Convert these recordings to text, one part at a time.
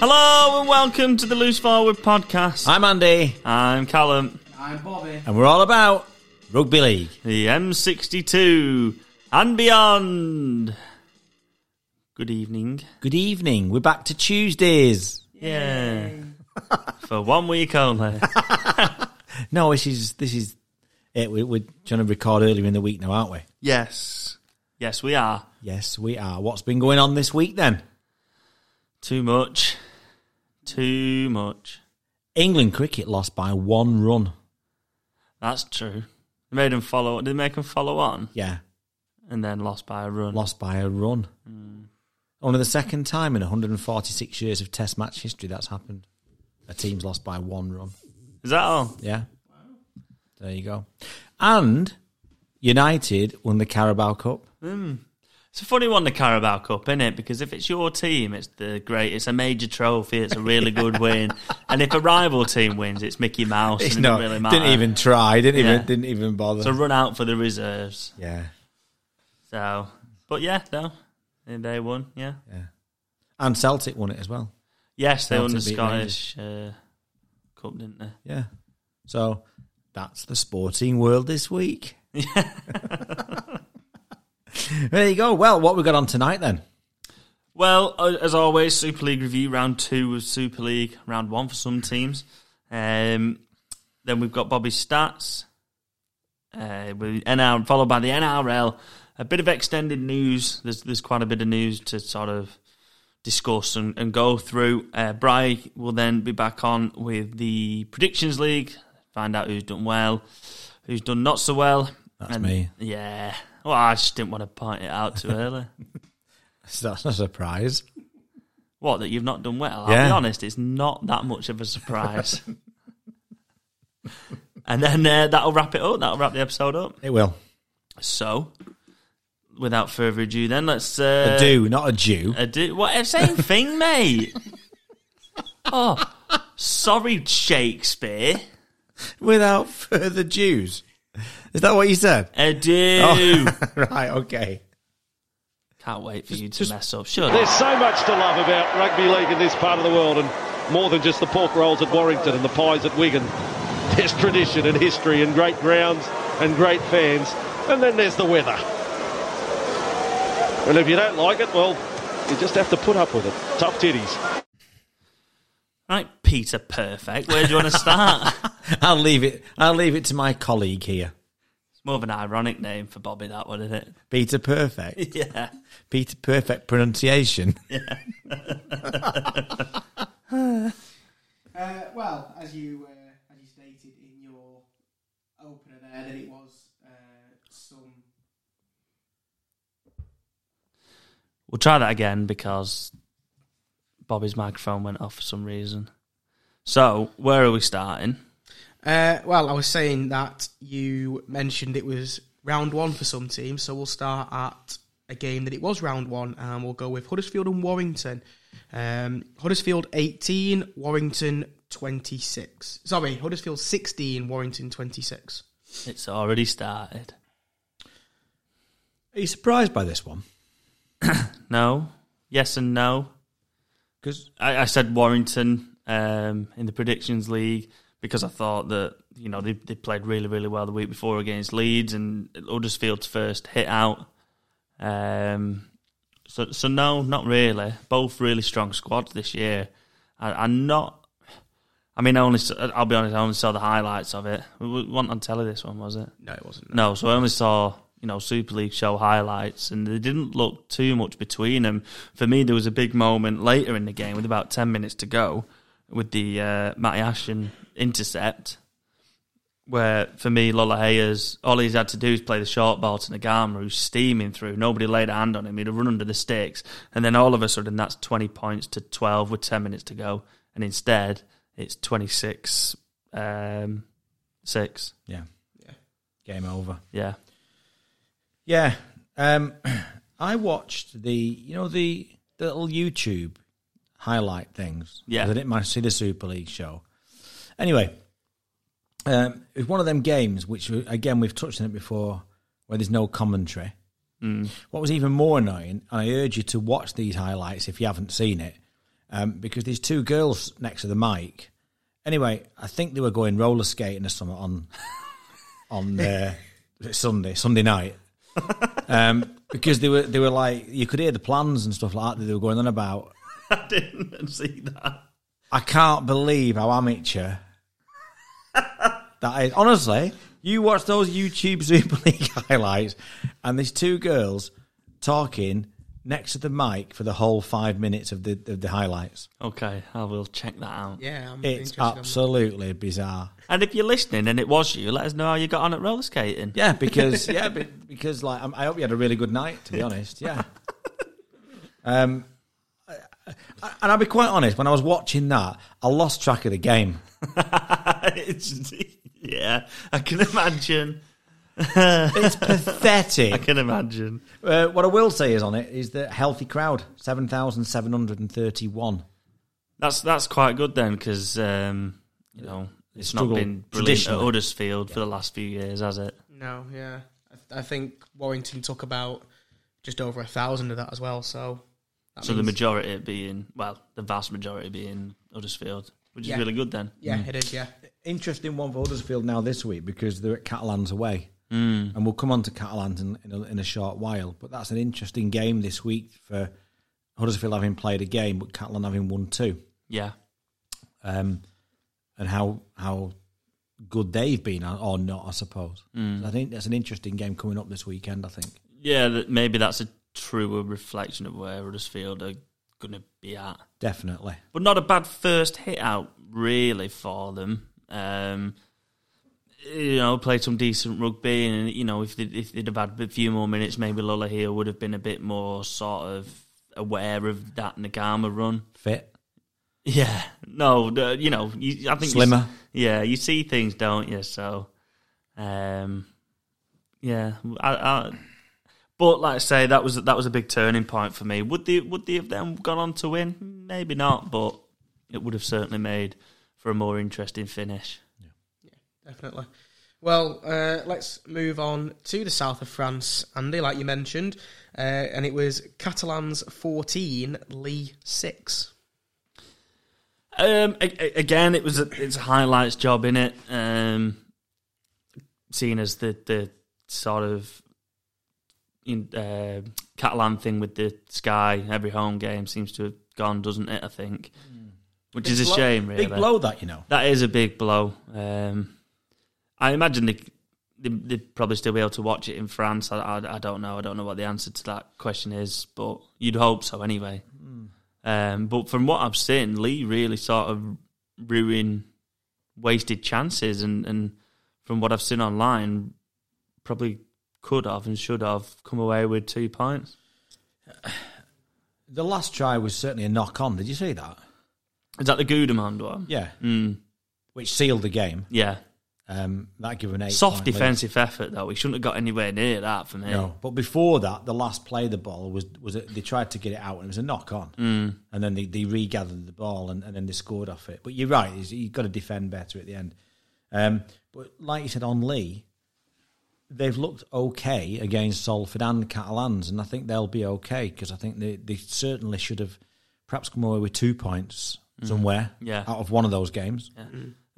and welcome to the Loose Forward podcast. I'm Andy, I'm Callum, I'm Bobby. and we're all about rugby league. the M62 and beyond. Good evening. Good evening. We're back to Tuesdays. Yeah. For one week only. No, this is this is it. We, we're trying to record earlier in the week now, aren't we? yes. Yes, we are. Yes, we are. What's been going on this week then? Too much. Too much. England cricket lost by one run. That's true. They made him follow. Did they make him follow on Yeah, and then lost by a run? lost by a run. Only the second time in 146 years of Test match history that's happened. A team's lost by one run. Is that all? Yeah. There you go. And United won the Carabao Cup. It's a funny one, the Carabao Cup, isn't it? Because if it's your team, it's the great. It's a major trophy. It's a really good win. And if a rival team wins, it's Mickey Mouse. and it no, doesn't really matter. didn't even try. Didn't Yeah. even didn't even bother. So run out for the reserves. yeah, So, but yeah, no, they won. Yeah, yeah. And Celtic won it as well. yes, they won the Celtic beat Scottish uh, Cup, didn't they? Yeah. So that's the sporting world this week. there you go. Well, what we got on tonight then? Well, uh, as always, Super League review round two of Super League, round one for some teams. Um, then we've got Bobby's stats, uh, with NR, followed by the NRL. A bit of extended news. There's there's quite a bit of news to sort of discuss and, and go through. Uh, Bry will then be back on with the predictions league. Find out who's done well, who's done not so well. That's me. Yeah. Well, I just didn't want to point it out too early. So that's not a surprise. What, that you've not done well? I'll be Yeah. honest, it's not that much of a surprise. and then uh, that'll wrap it up. That'll wrap the episode up. It will. So, without further ado, then let's. Uh, A do, not a Jew. Ado. What? Same thing, mate. oh, sorry, Shakespeare. Without further Jews. Is that what you said? Ado. right. Okay. Can't wait for you to mess up. Shut There's up. so much to love about rugby league in this part of the world, and more than just the pork rolls at Warrington and the pies at Wigan. There's tradition and history, and great grounds and great fans, and then there's the weather. And if you don't like it, well, you just have to put up with it. Tough titties. Right, Peter Perfect. Where do you want to start? I'll leave it. I'll leave it to my colleague here, it's more of an ironic name for Bobby, that one, isn't Peter Perfect. it? Yeah. Peter Perfect pronunciation. Uh, well, as you uh, as you stated in your opener there, that it was uh, some. We'll try that again because Bobby's microphone went off for some reason. So, where are we starting? Uh, well, I was saying that you mentioned it was round one for some teams, so we'll start at a game that it was round one, and we'll go with Huddersfield and Warrington. Um, Huddersfield 18, Warrington 26. Sorry, Huddersfield 16, Warrington 26. It's already started. Are you surprised by this one? No? Yes and no? Because I, I said Warrington um, in the predictions league because I thought that you know they, they played really really well the week before against Leeds and Huddersfield's first hit out. Um, so so no, not really. Both really strong squads this year. I, I'm not. I mean, I only s- I'll be honest. I only saw the highlights of it. We we weren't on telly this one, was it? No, it wasn't. No, so I only saw you know Super League show highlights, and there didn't look too much between them. For me, there was a big moment later in the game with about ten minutes to go with the uh, Matty Ashton intercept, where for me Lola Hayes, all he's had to do is play the short ball to Nagama, who's steaming through. Nobody laid a hand on him; he'd have run under the sticks, and then all of a sudden that's twenty points to twelve with ten minutes to go, and instead it's twenty six. Um, six, yeah, yeah, game over. yeah. Yeah. Um, I watched the you know the, the little YouTube highlight things. Yeah. I didn't manage to see the Super League show. Anyway, um, it was one of them games which uh, again we've touched on it before, where there's no commentary. What was even more annoying, and I urge you to watch these highlights if you haven't seen it, um, because these two girls next to the mic. Anyway, I think they were going roller skating or something on on uh, Sunday Sunday night um, because they were they were like you could hear the plans and stuff like that, that they were going on about. I didn't see that. I can't believe how amateur that is. Honestly, you watch those YouTube Super League highlights, and these two girls talking next to the mic for the whole five minutes of the of the highlights. Okay, I will check that out. Yeah, I'm It's interested on that. absolutely bizarre. And if you're listening and it was you, let us know how you got on at roller skating. Yeah, because yeah, be- because like I'm, I hope you had a really good night. To be honest, yeah. Um, I- I- and I'll be quite honest. When I was watching that, I lost track of the game. It's- yeah, I can imagine. It's I pathetic. can imagine. Uh, what I will say is on it is the healthy crowd seven thousand seven hundred and thirty one. That's that's quite good then, because um, you know it's not Struggle been brilliant at traditionally. Huddersfield for the last few years, has it? No, yeah. I, th- I think Warrington took about just over a thousand of that as well. So, that So the means- majority being, well, the vast majority being Huddersfield, which is Yeah. really good then. yeah, it is. Yeah, Interesting one for Huddersfield now this week because they're at Catalans away, mm. and we'll come on to Catalans in, in, a, in a short while. But that's an interesting game this week for Huddersfield having played a game, but Catalan having won two. Yeah. um, and how how good they've been or- or not, I suppose. Mm. So I think that's an interesting game coming up this weekend. I think Yeah, that maybe that's a truer reflection of where Huddersfield are going to be at. definitely. But not a bad first hit out, really, for them. Um, you know, played some decent rugby, and you know, if they'd, if they'd have had a few more minutes, maybe Lola here would have been a bit more sort of aware of that Nagama run. Fit, Yeah, no, the- you know, you, I think you s- slimmer. yeah, you see things, don't you? So, um, yeah, I, I, but like I say, that was that was a big turning point for me. Would they would they have then gone on to win? Maybe not, but it would have certainly made for a more interesting finish. definitely. Well, uh, let's move on to the south of France, Andy, like you mentioned. Uh, and it was Catalans 14, Lee 6. Um, a- a- again, it was a, it's a highlights job in it. Um, seen as the the sort of in, uh, Catalan thing with the sky, every home game seems to have gone, doesn't it? I think, which is a blow- shame, really. Big blow that you know. That is a big blow. Um, I imagine they, they they'd probably still be able to watch it in France. I, I I don't know. I don't know what the answer to that question is, but you'd hope so anyway. Um, but from what I've seen, Lee really sort of ruined wasted chances, and, and from what I've seen online, probably could have and should have come away with two points. The last try was certainly a knock on. Did you see that? Is that the Goodemand one? Yeah, Mm, which sealed the game. yeah. Um, that gave an eight. Soft point lead. defensive effort though. We shouldn't have got anywhere near that for me. No, but before that, the last play of the ball was was a, they tried to get it out and it was a knock on, mm. and then they, they regathered the ball and, and then they scored off it. But you're right, is you've got to defend better at the end. Um, but like you said on Lee, they've looked okay against Salford and Catalans, and I think they'll be okay because I think they they certainly should have perhaps come away with two points somewhere Yeah. out of one of those games.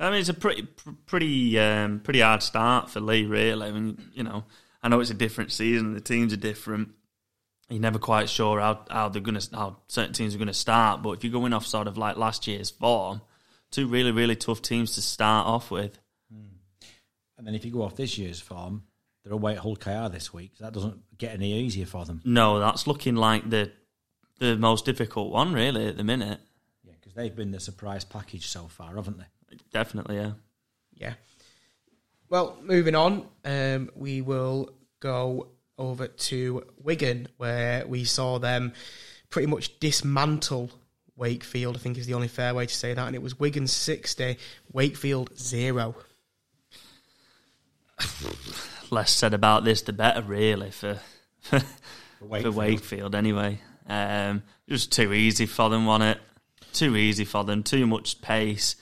I mean, it's a pretty, pr- pretty, um, pretty hard start for Lee. Really, I mean, you know, I know it's a different season. The teams are different. You're never quite sure how, how they're gonna how certain teams are gonna start. But if you're going off sort of like last year's form, two really, really tough teams to start off with. And then if you go off this year's form, they're away at Hull KR this week, so that doesn't get any easier for them. No, that's looking like the the most difficult one really at the minute. Yeah, because they've been the surprise package so far, haven't they? Definitely, yeah. Yeah. Well, moving on, um, we will go over to Wigan, where we saw them pretty much dismantle Wakefield. I think is the only fair way to say that. And it was Wigan sixty, Wakefield zero. Less said about this, the better, really. For for Wakefield anyway. Um, it was too easy for them, wasn't it? Too easy for them. Too much pace.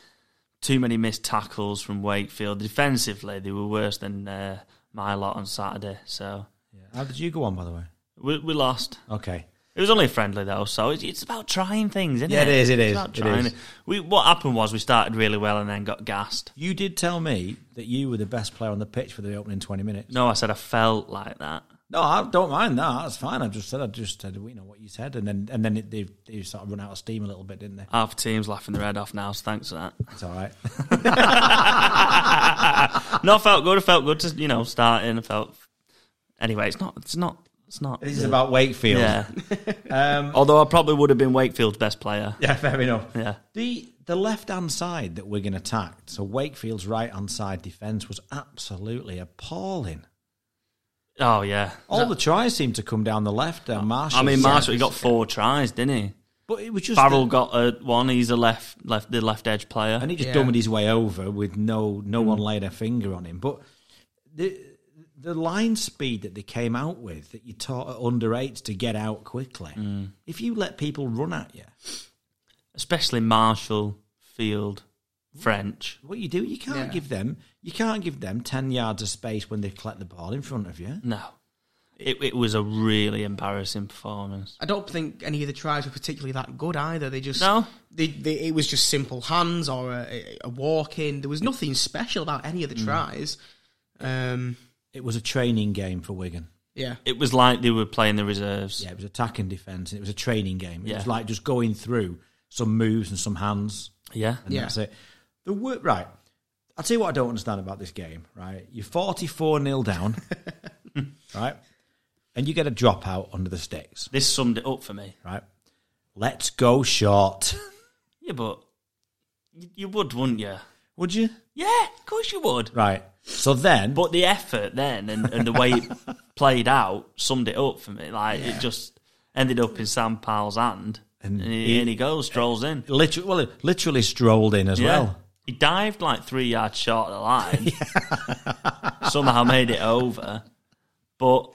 Too many missed tackles from Wakefield. Defensively, they were worse than uh, my lot on Saturday. So How did you go on, by the way? we, we lost. Okay. It was only a friendly though, so it's, it's about trying things, isn't Yeah, it? it is, it It's is, about it trying is. it. We, what happened was we started really well and then got gassed. You did tell me that you were the best player on the pitch for the opening 20 minutes. No, I said I felt like that. No, I don't mind that. That's fine. I just said, I just said, you know, what you said. And then, and then it, they, they sort of run out of steam a little bit, didn't they? Half the team's laughing their head off now, so thanks for It's all right. that. no, I felt good. I felt good to you know starting. I felt anyway. It's not. It's not. It's not. this is about Wakefield. yeah. Although I probably would have been Wakefield's best player. Yeah, fair enough. Yeah. The the left hand side that Wigan attacked, so Wakefield's right hand side defence was absolutely appalling. Oh yeah. All the tries seemed to come down the left. Uh, Marshall, I mean, Marshall he said- got four tries, didn't he? but it was just Farrell the- got a one. He's a left, left, the left edge player. and he just Yeah. Mm. dummied his way over with no no one laid a finger on him. But the the line speed that they came out with that you taught at under eights to get out quickly. Mm. If you let people run at you, especially Marshall, Field, French. what you do, you can't Yeah. give them you can't give them ten yards of space when they've collected the ball in front of you. No, it it was a really embarrassing performance. I don't think any of the tries were particularly that good either. They just No. They, they, it was just simple hands or a, a walk in. There was nothing special about any of the tries. Um, It was a training game for Wigan. yeah, It was like they were playing the reserves. Yeah, it was attack and defence. It was a training game. It Yeah. was like just going through some moves and some hands. Yeah, And Yeah. that's it. The wor- right. I'll tell you what I don't understand about this game, right? You're 44 0 down, right? And you get a dropout under the sticks, This summed it up for me. right? Let's go short. Yeah, but you, you would, wouldn't you? Would you? Yeah, of course you would. Right. So then, But the effort then and, and the way it played out summed it up for me. Like it just ended up in Sam Powell's hand, And and, he- he, and he goes, strolls in. literally, well, literally strolled in as Yeah. well. He dived like three yards short of the line. Somehow made it over. But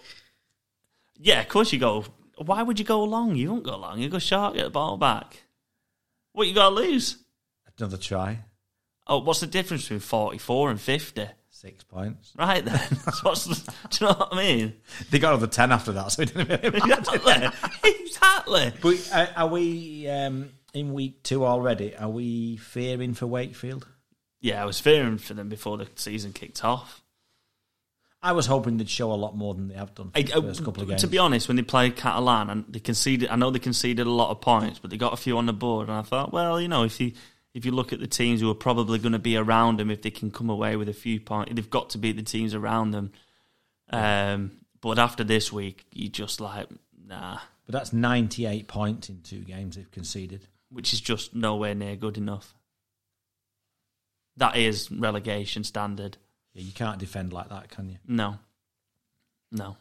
yeah, of course you go. Why would you go long? You won't go long. You go short, get the ball back. What you got to lose? Another try, Oh, what's the difference between 44 and 50? six points. Right then. That's what's the- do you know what I mean? They got another 10 after that, so it didn't really matter. Exactly. exactly. But uh, are we um, in week two already? Are we fearing for Wakefield? Yeah, I was fearing for them before the season kicked off. I was hoping they'd show a lot more than they have done for I, the I- first couple of games. To be honest, when they played Catalan, and they conceded, I know they conceded a lot of points, but they got a few on the board, and I thought, well, you know, if you if you look at the teams who are probably going to be around them, if they can come away with a few points, they've got to beat the teams around them. Um, but after this week, you just like nah, but that's 98 points in two games they've conceded. which is just nowhere near good enough. That is relegation standard. Yeah, you can't defend like that, can you? No, no,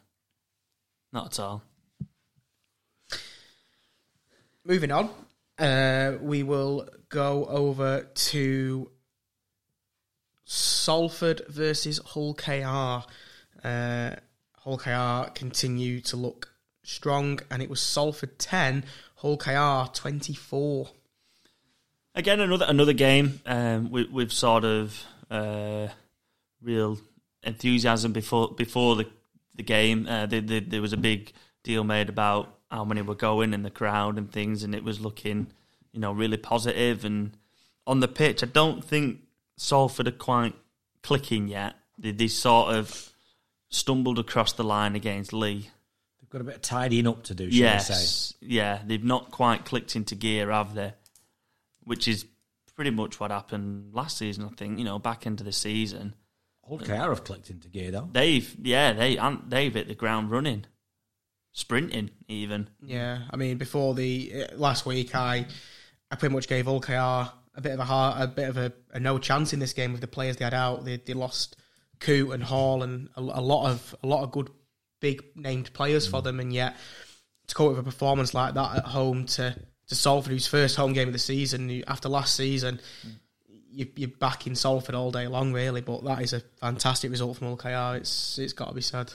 not at all. moving on. Uh, we will go over to Salford versus Hull KR. Uh, Hull KR continue to look strong, and it was Salford 10, Hull KR 24. again another another game um, with, with sort of uh, real enthusiasm before before the the game. Uh, the, the, there was a big deal made about how many were going in the crowd and things, and it was looking you know really positive. And on the pitch, I don't think Salford are quite clicking yet. They, they sort of stumbled across the line against Lee. They've got a bit of tidying up to do, shall we say? Yes, yeah, they've not quite clicked into gear, have they? Which is pretty much what happened last season, I think. You know, back into the season, Old KR have clicked into gear, though. they've yeah they and they've hit the ground running, sprinting even. Yeah, I mean, before the uh, last week, I I pretty much gave OKR a bit of a heart, a bit of a, a no chance in this game with the players they had out. They they lost Coote and Hall and a, a lot of a lot of good big named players for them, and yet to come up with a performance like that at home to to Salford, whose first home game of the season you- after last season. You, you're back in Salford all day long, really, but that is a fantastic result from OKR. It's it's got to be said.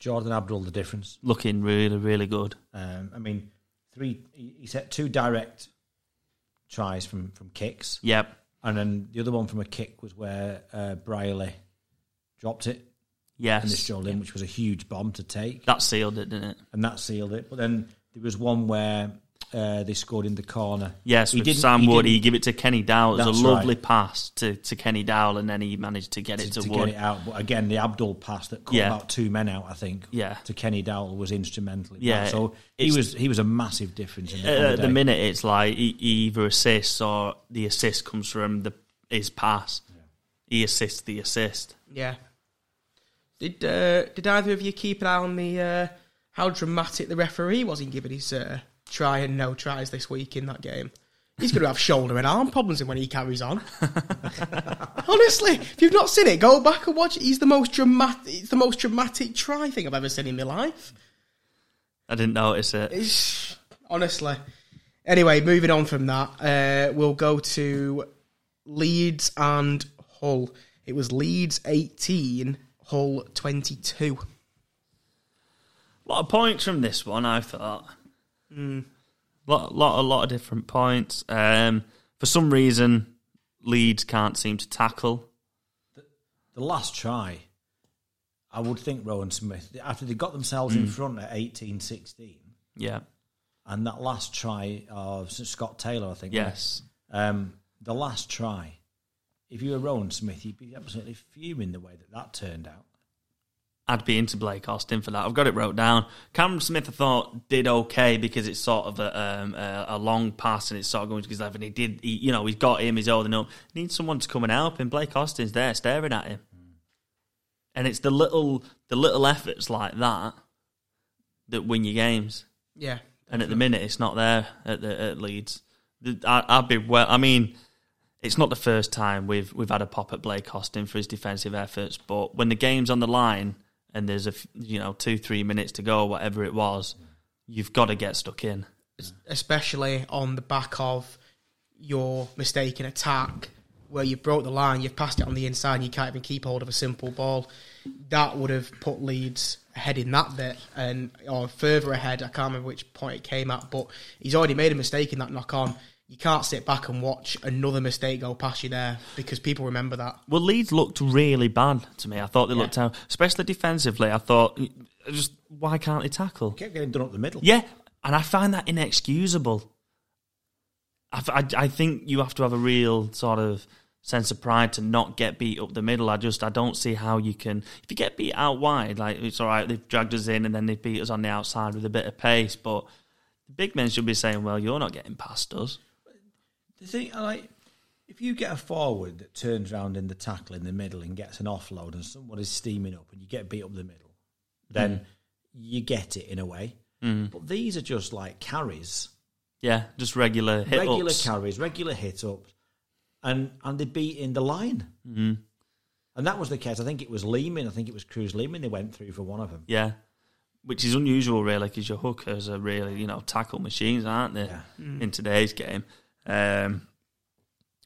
Jordan Abdul, the difference. Looking really, really good. Um, I mean, three. He he set two direct tries from, from kicks, Yep. and then the other one from a kick was where uh, Briley dropped it and they Yes. strolled in, which was a huge bomb to take. That sealed it, didn't it? and that sealed it. But then There was one where uh, they scored in the corner. Yes, he with Sam he Wood, he didn't gave it to Kenny Dowell. It was That's a lovely right. pass to, to Kenny Dowell, and then he managed to get it to, to Wood. get it out. But again, the Abdul pass that cut Yeah. about two men out, I think. Yeah. To Kenny Dowell was instrumental. in that. Yeah, So he it's- was he was a massive difference in the, on At the the day. minute, it's like he, he either assists or the assist comes from the his pass. He assists the assist. Yeah. Did uh, did either of you keep an eye on the uh, how dramatic the referee was in giving his uh, try and no tries this week in that game? He's going to have shoulder and arm problems when he carries on. Honestly, if you've not seen it, go back and watch. it. He's the most dramatic. It's the most dramatic try thing I've ever seen in my life. I didn't notice it. It's- honestly. Anyway, moving on from that, uh, we'll go to Leeds and Hull. It was Leeds 18, Hull 22. A lot of points from this one, I thought. Hmm. Lot, lot, a lot of different points. Um, for some reason, Leeds can't seem to tackle. The last try, I would think Rowan Smith after they got themselves Mm. in front at eighteen sixteen, Yeah. and that last try of Scott Taylor, I think. Yes. Um, the last try, if you were Rowan Smith, you'd be absolutely fuming the way that that turned out. I'd be into Blake Austin for that. I've got it wrote down. Cameron Smith, I thought, did okay because it's sort of a, um, a, a long pass and it's sort of going to his left. And he did, he, you know, he's got him, he's holding up. Needs someone to come and help him. Blake Austin's there staring at him. And it's the little, the little efforts like that that win your games. Yeah. And at the minute, it's not there at, the, at Leeds. The- I, I'd be well. I mean, it's not the first time we've we've had a pop at Blake Austin for his defensive efforts, but when the game's on the line and there's a f- you know two three minutes to go, whatever it was, you've got to get stuck in. Especially on the back of your mistaken attack where you broke the line, you've passed it on the inside, and you can't even keep hold of a simple ball. That would have put Leeds ahead in that bit and or further ahead. I can't remember which point it came at, but he's already made a mistake in that knock on. You can't sit back and watch another mistake go past you there because people remember that. Well, Leeds looked really bad to me. I thought they looked out, especially defensively. I thought, just why can't they tackle? Kept getting done up the middle. Yeah, and I find that inexcusable. I, f- I- I think you have to have a real sort of sense of pride to not get beat up the middle. I just I don't see how you can if you get beat out wide, like it's all right. They've dragged us in and then they beat us on the outside with a bit of pace, but the big men should be saying, "Well, you're not getting past us." The thing, I like, if you get a forward that turns round in the tackle in the middle and gets an offload and somebody's steaming up and you get beat up the middle, then Hmm. you get it in a way. But these are just like carries, Yeah, just regular hit regular ups. carries, regular hit ups, and, and they beat in the line. Mm. Hmm. And that was the case. I think it was Lehman. I think it was Cruz Lehman they went through for one of them. yeah, which is unusual, really, because your hookers are really, you know, tackle machines, aren't they? In today's game, um,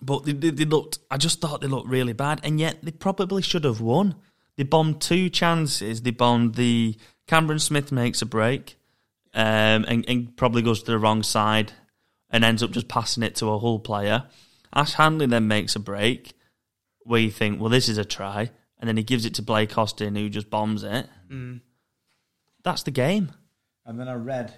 but they, they, they looked. I just thought they looked really bad, and yet they probably should have won. They bombed two chances. They bombed the Cameron Smith makes a break, um, and, and probably goes to the wrong side, and ends up just passing it to a Hull player. Ash Hanley then makes a break, where you think, well, this is a try, and then he gives it to Blake Austin, who just bombs it. That's the game. And then I read,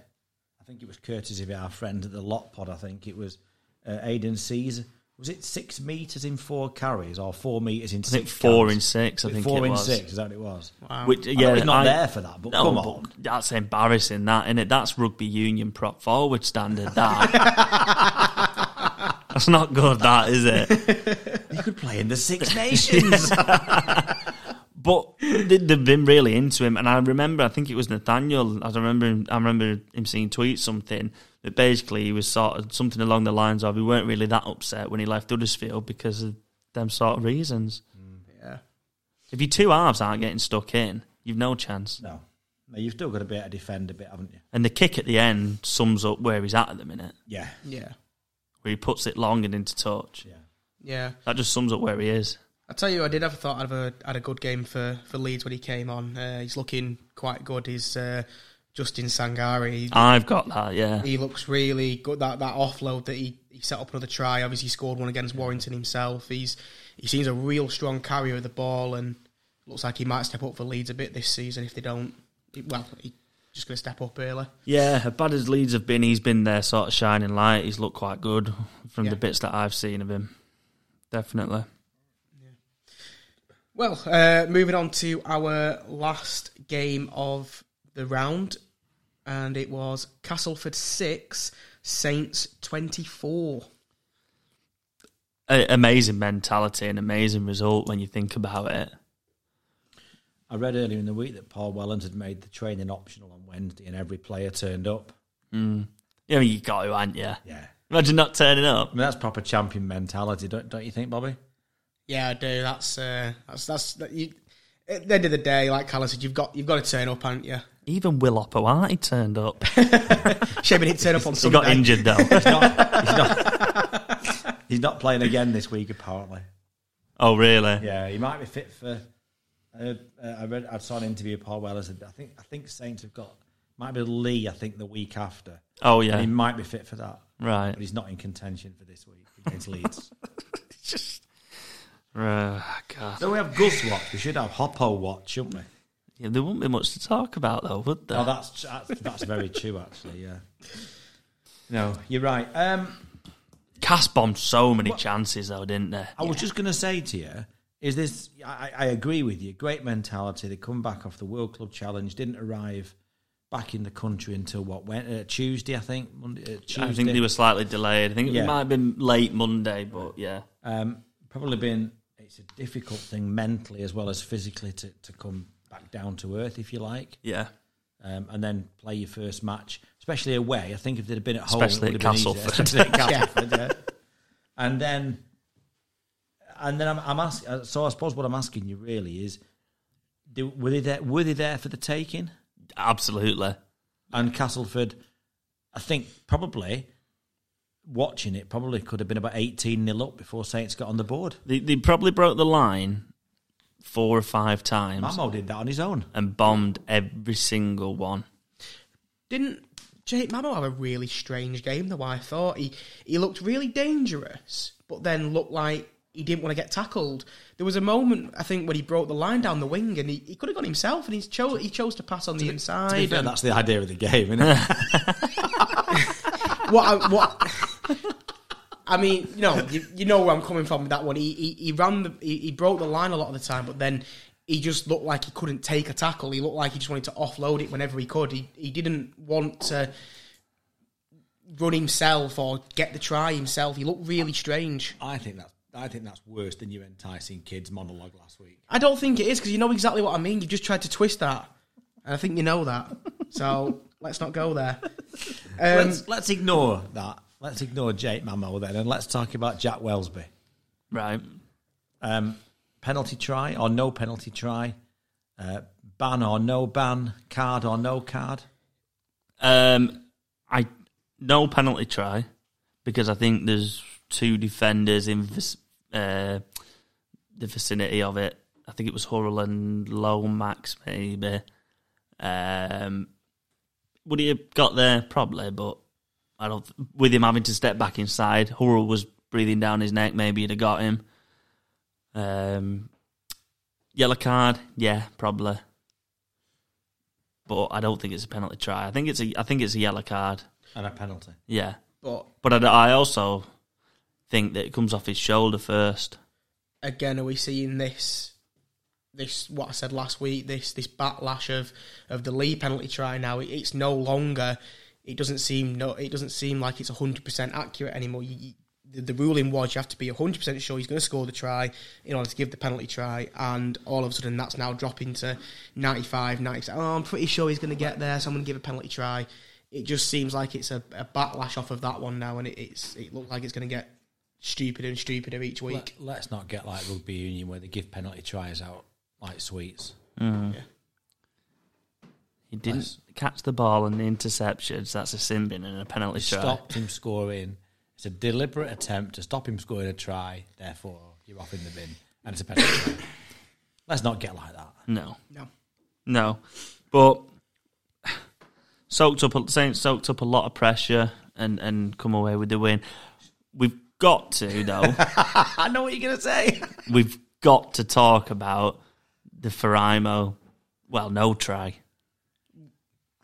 I think it was courtesy of our friend at the Lot Pod, I think it was uh, Aidan Caesar. Was it six metres in four carries or four metres in I six? think four carries? in six. I think four it in was. six, is that what it was? Which, know yeah, he's not I- there for that, but No, come but on. that's embarrassing. That in it, that's rugby union prop forward standard. That that's not good. That is it. You could play in the Six Nations. But they, they've been really into him, and I remember. I think it was Nathaniel. I remember. Him, I remember him seeing tweet something that basically he was sort of something along the lines of he weren't really that upset when he left Huddersfield because of them sort of reasons. Yeah. If your two halves aren't getting stuck in, you've no chance. no. no, you've still got to be able to defend a bit, haven't you? And the kick at the end sums up where he's at at the minute, Yeah. Yeah. where he puts it long and into touch. Yeah. Yeah. That just sums up where he is. I tell you, I did have a thought. I'd have a, had a good game for, for Leeds when he came on. Uh, he's looking quite good. He's uh, Justin Sangari. He, I've got that, yeah. he looks really good. That that offload that he, he set up another try. Obviously, he scored one against Warrington himself. He's he seems a real strong carrier of the ball and looks like he might step up for Leeds a bit this season if they don't. Well, he just going to step up early. Yeah, as bad as Leeds have been, he's been there sort of shining light. He's looked quite good from Yeah. the bits that I've seen of him. Definitely. Well, uh, moving on to our last game of the round, and it was Castleford 6, Saints 24. A- amazing mentality and amazing result when you think about it. I read earlier in the week that Paul Welland had made the training optional on Wednesday, and every player turned up. Yeah, I mean, you got to, aren't you? Yeah, Imagine not turning up. I mean that's proper champion mentality, don't don't you think, Bobby? Yeah, I do. That's uh, that's that's that you, at the end of the day, like Callum said, you've got you've got to turn up, haven't you? Even Will Opawati turned up. Shame he didn't turn up on He Sunday. got injured though. He's not. he's, not he's not playing again this week, apparently. oh, really? Yeah, he might be fit for. Uh, uh, I read. I saw an interview of Paul Weller. Said I think I think Saints have got might be Lee. I think the week after, Oh, and yeah. he might be fit for that, Right. but he's not in contention for this week against Leeds. Uh, God. So we have Gus watch. We should have Hoppo watch, shouldn't we? Yeah, there wouldn't be much to talk about though, would there? Oh, that's that's, that's very true, actually. Yeah. No, you're right. Um, Cast bombed so many chances though, didn't they? I was just going to say to you, is this? I, I agree with you. Great mentality. They come back off the World Club Challenge. Didn't arrive back in the country until what went uh, Tuesday, I think. Monday, uh, Tuesday. I think they were slightly delayed. I think Yeah. it might have been late Monday, but yeah. um, probably been. It's a difficult thing mentally as well as physically to, to come back down to earth, if you like, Yeah. um, and then play your first match, especially away. I think if they'd have been at home, Especially it would at have been easier. Castleford. Especially at Castleford, yeah. And then, and then I'm, I'm asking. So I suppose what I'm asking you really is, do, were they there? Were they there for the taking? Absolutely. And Castleford, I think probably watching it probably could have been about 18 nil up before Saints got on the board. They, they probably broke the line four or five times Mamo did that on his own. and bombed every single one. Didn't Jake Mamo have a really strange game though? I thought he he looked really dangerous, but then looked like he didn't want to get tackled. There was a moment I think when he broke the line down the wing, and he, he could have gone himself, and he chose he chose to pass on the inside. To be fair, and- that's the idea of the game, isn't it? what? I, what? I mean, you know, you, you know where I'm coming from with that one. He he, he ran the he, he broke the line a lot of the time, but then he just looked like he couldn't take a tackle. He looked like he just wanted to offload it whenever he could. He he didn't want to run himself or get the try himself. He looked really strange. I think that's I think that's worse than your enticing kids monologue last week. I don't think it is because you know exactly what I mean. You just tried to twist that, and I think you know that. So let's not go there. Um, let's let's ignore that. Let's ignore Jake Mamo then, and let's talk about Jack Wellsby. Right. Um, penalty try or no penalty try, uh, ban or no ban, card or no card. Um, I no penalty try because I think there's two defenders in vic- uh, the vicinity of it. I think it was Hurrell and Lomax maybe. Um, would he have got there probably, but I don't. th- With him having to step back inside, Hurrell was breathing down his neck. Maybe he'd have got him. Um, yellow card, yeah, probably but I don't think it's a penalty try. I think it's a I think it's a yellow card. And a penalty. Yeah, but but I, I also think that it comes off his shoulder first. again are we seeing this this what I said last week this this backlash of of the Lee penalty try now it, it's no longer it doesn't seem no it doesn't seem like it's 100% accurate anymore you, you, the, the ruling was you have to be 100% sure he's going to score the try in order to give the penalty try and all of a sudden that's now dropping to 95 96 oh I'm pretty sure he's going to get there so I'm going to give a penalty try it just seems like it's a, a backlash off of that one now and it, it's it looks like it's going to get stupider and stupider each week Let, let's not get like rugby union where they give penalty tries out like sweets. He didn't catch the ball and the interceptions. That's a sin bin and a penalty try. Stopped him scoring. It's a deliberate attempt to stop him scoring a try. Therefore, you're off in the bin, and it's a penalty. try. Let's not get like that. No, no no, but soaked up Saints soaked up a lot of pressure and and come away with the win. We've got to though. I know what you're going to say. we've got to talk about the Ferrimo. Well, no try.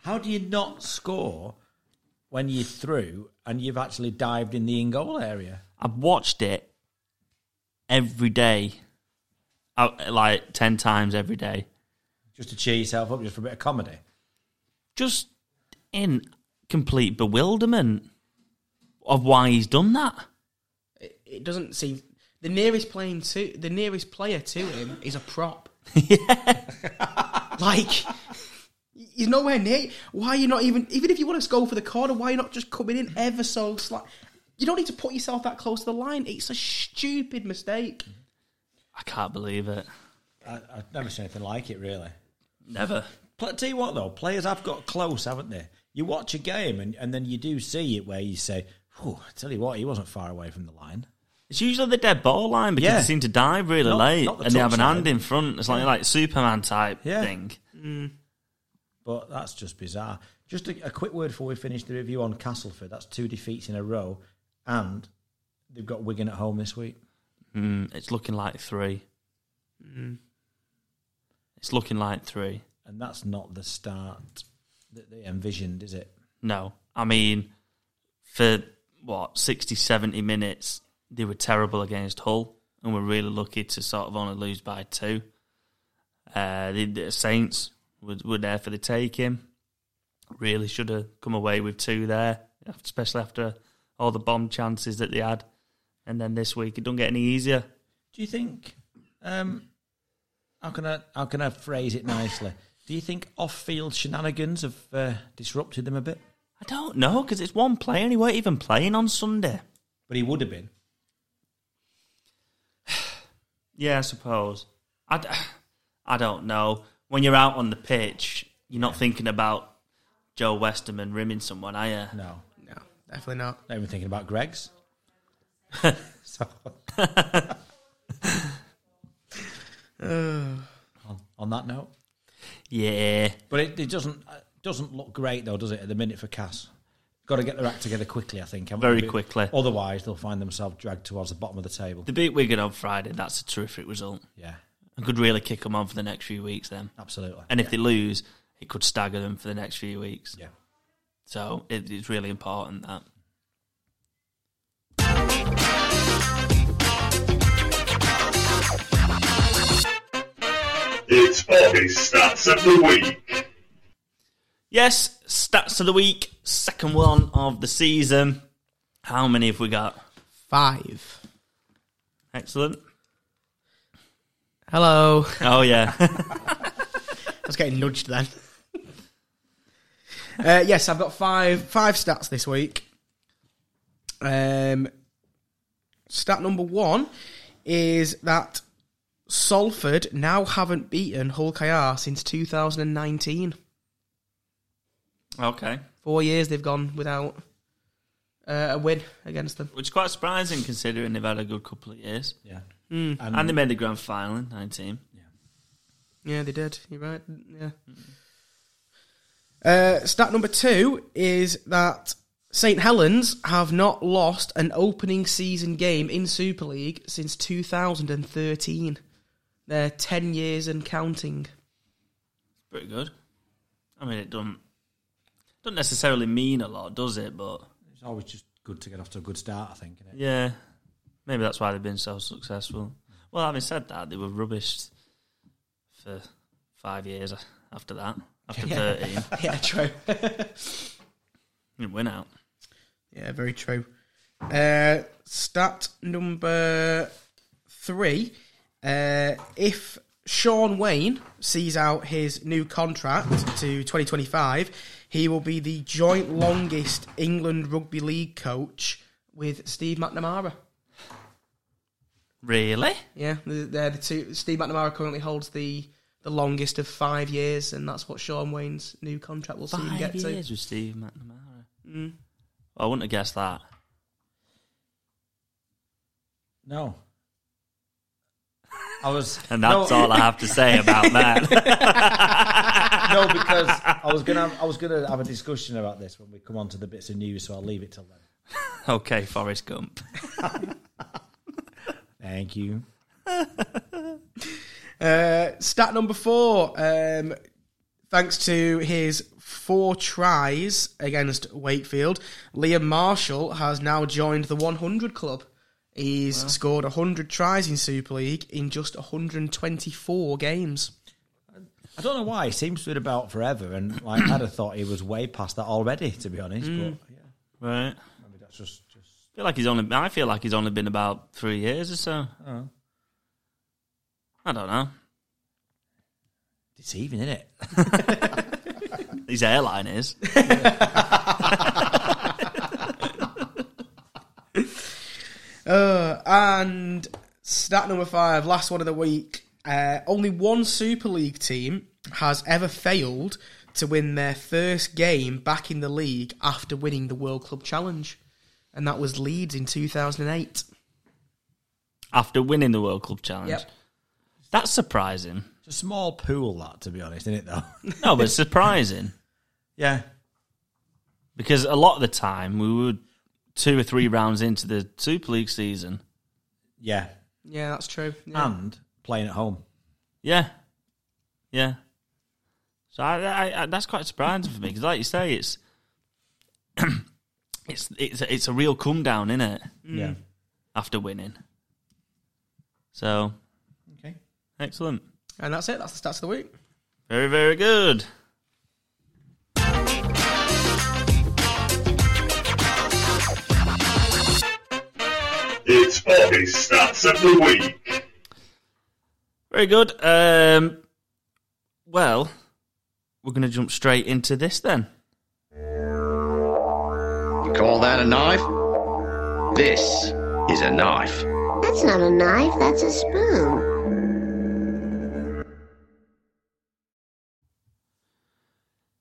How do you not score when you're through and you've actually dived in the in goal area? I've watched it every day, out- like 10 times every day. Just to cheer yourself up, just for a bit of comedy. Just in complete bewilderment of why he's done that. It, it doesn't seem the nearest playing to the nearest player to him is a prop. like he's nowhere near. Why are you not even even if you want to go for the corner? Why are you not just coming in ever so slight? You don't need to put yourself that close to the line. It's a stupid mistake. I can't believe it. I, I've never seen anything like it, really. Never. Pl- Tell you what, though, players have got close, haven't they? You watch a game and, and then you do see it where you say, "Whew, I tell you what, he wasn't far away from the line. It's usually the dead ball line because Yeah. they seem to dive really Not- late not the and they have an touchline. hand in front. It's like like Superman type Yeah. thing. But that's just bizarre. Just a, a quick word before we finish the review on Castleford. That's two defeats in a row, and they've got Wigan at home this week. Mm, it's looking like three. Mm. It's looking like three. And that's not the start that they envisioned, is it? No. I mean, for what, 60, 70 minutes, they were terrible against Hull and were really lucky to sort of only lose by two. Uh, the, the Saints were, were there for the taking. Really should have come away with two there, especially after all the bomb chances that they had. And then this week, it doesn't get any easier. Do you think? Um, how can I how can I phrase it nicely? Do you think off-field shenanigans have uh, disrupted them a bit? I don't know because it's one player and he weren't even playing on Sunday. But he would have been. Yeah, I suppose. I, d- I don't know. When you're out on the pitch, you're not thinking about Joe Westerman rimming someone, are you? No, No, definitely not. not even thinking about Greg's. so on, on that note, Yeah. but it, it doesn't uh, doesn't look great though, does it? At the minute for Cass, got to get their act together quickly. I think haven't Very they? quickly. Otherwise, they'll find themselves dragged towards the bottom of the table. They beat Wigan on Friday. That's a terrific result. Yeah, And could really kick them on for the next few weeks then. absolutely. And if they lose, it could stagger them for the next few weeks. yeah. So it, it's really important that. It's Bobby's Stats of the Week. Yes, stats of the week, second one of the season. How many have we got? Five. Excellent. Hello. I Oh, yeah. was getting nudged then. uh, yes, I've got five five stats this week. Um, stat number one is that Salford now haven't beaten Hull KR since 2019. okay. Four years they've gone without uh, a win against them. Which is quite surprising considering they've had a good couple of years. Yeah. And they made the grand final in 19. Yeah, they did. You're right. Yeah. Uh, stat number two is that St Helens have not lost an opening season game in Super League since 2013. They're 10 years and counting. Pretty good. I mean, it doesn't, doesn't necessarily mean a lot, does it? But It's always just good to get off to a good start, I think. Isn't it? yeah, maybe that's why they've been so successful. Well, having said that, they were rubbish for five years after that. After 13, yeah, true. it went out. yeah, very true. Uh, stat number three. Uh, if Sean Wayne sees out his new contract to 2025, he will be the joint longest England Rugby League coach with Steve McNamara. Really? Yeah, they're they're the two. Steve McNamara currently holds the the longest of five years, and that's what Sean Wayne's new contract will see him Five get Hmm. years with Steve McNamara. I wouldn't have guessed that. No. I was And that's no, all I have to say about that. no because I was gonna have, I was gonna have a discussion about this when we come on to the bits of news, so I'll leave it till then. okay, Forrest Gump. Thank you. to. Uh, stat number four. Um, thanks to his four tries against Wakefield. Liam Marshall has now joined the 100 club. He's scored 100 tries in Super League in just 124 games. I don't know why. He seems to have been about forever, and like I'd have thought he was way past that already. To be honest, but yeah, Right. maybe that's just just feel like he's only. I feel like he's only been about three years or so. Oh. I don't know. deceiving, isn't it? His airline is. Uh, and stat number five, last one of the week. Uh, only one Super League team has ever failed to win their first game back in the league after winning the World Club Challenge, and that was Leeds in 2008. After winning the World Club Challenge, Yep. that's surprising. It's a small pool, that to be honest, isn't it? Though, No, but surprising yeah, because a lot of the time we were two or three rounds into the Super League season. yeah, Yeah, that's true. and playing at home. Yeah, yeah. So I, I, I, that's quite surprising for me because, like you say, it's it's it's a- it's a real come down, isn't it? Yeah, After winning, so okay. excellent, And that's it. That's the stats of the week. very very good. It's Bobby's Stats of the Week. Very good. Um, well, we're going to jump straight into this then. You call that a knife? This is a knife. That's not a knife, that's a spoon.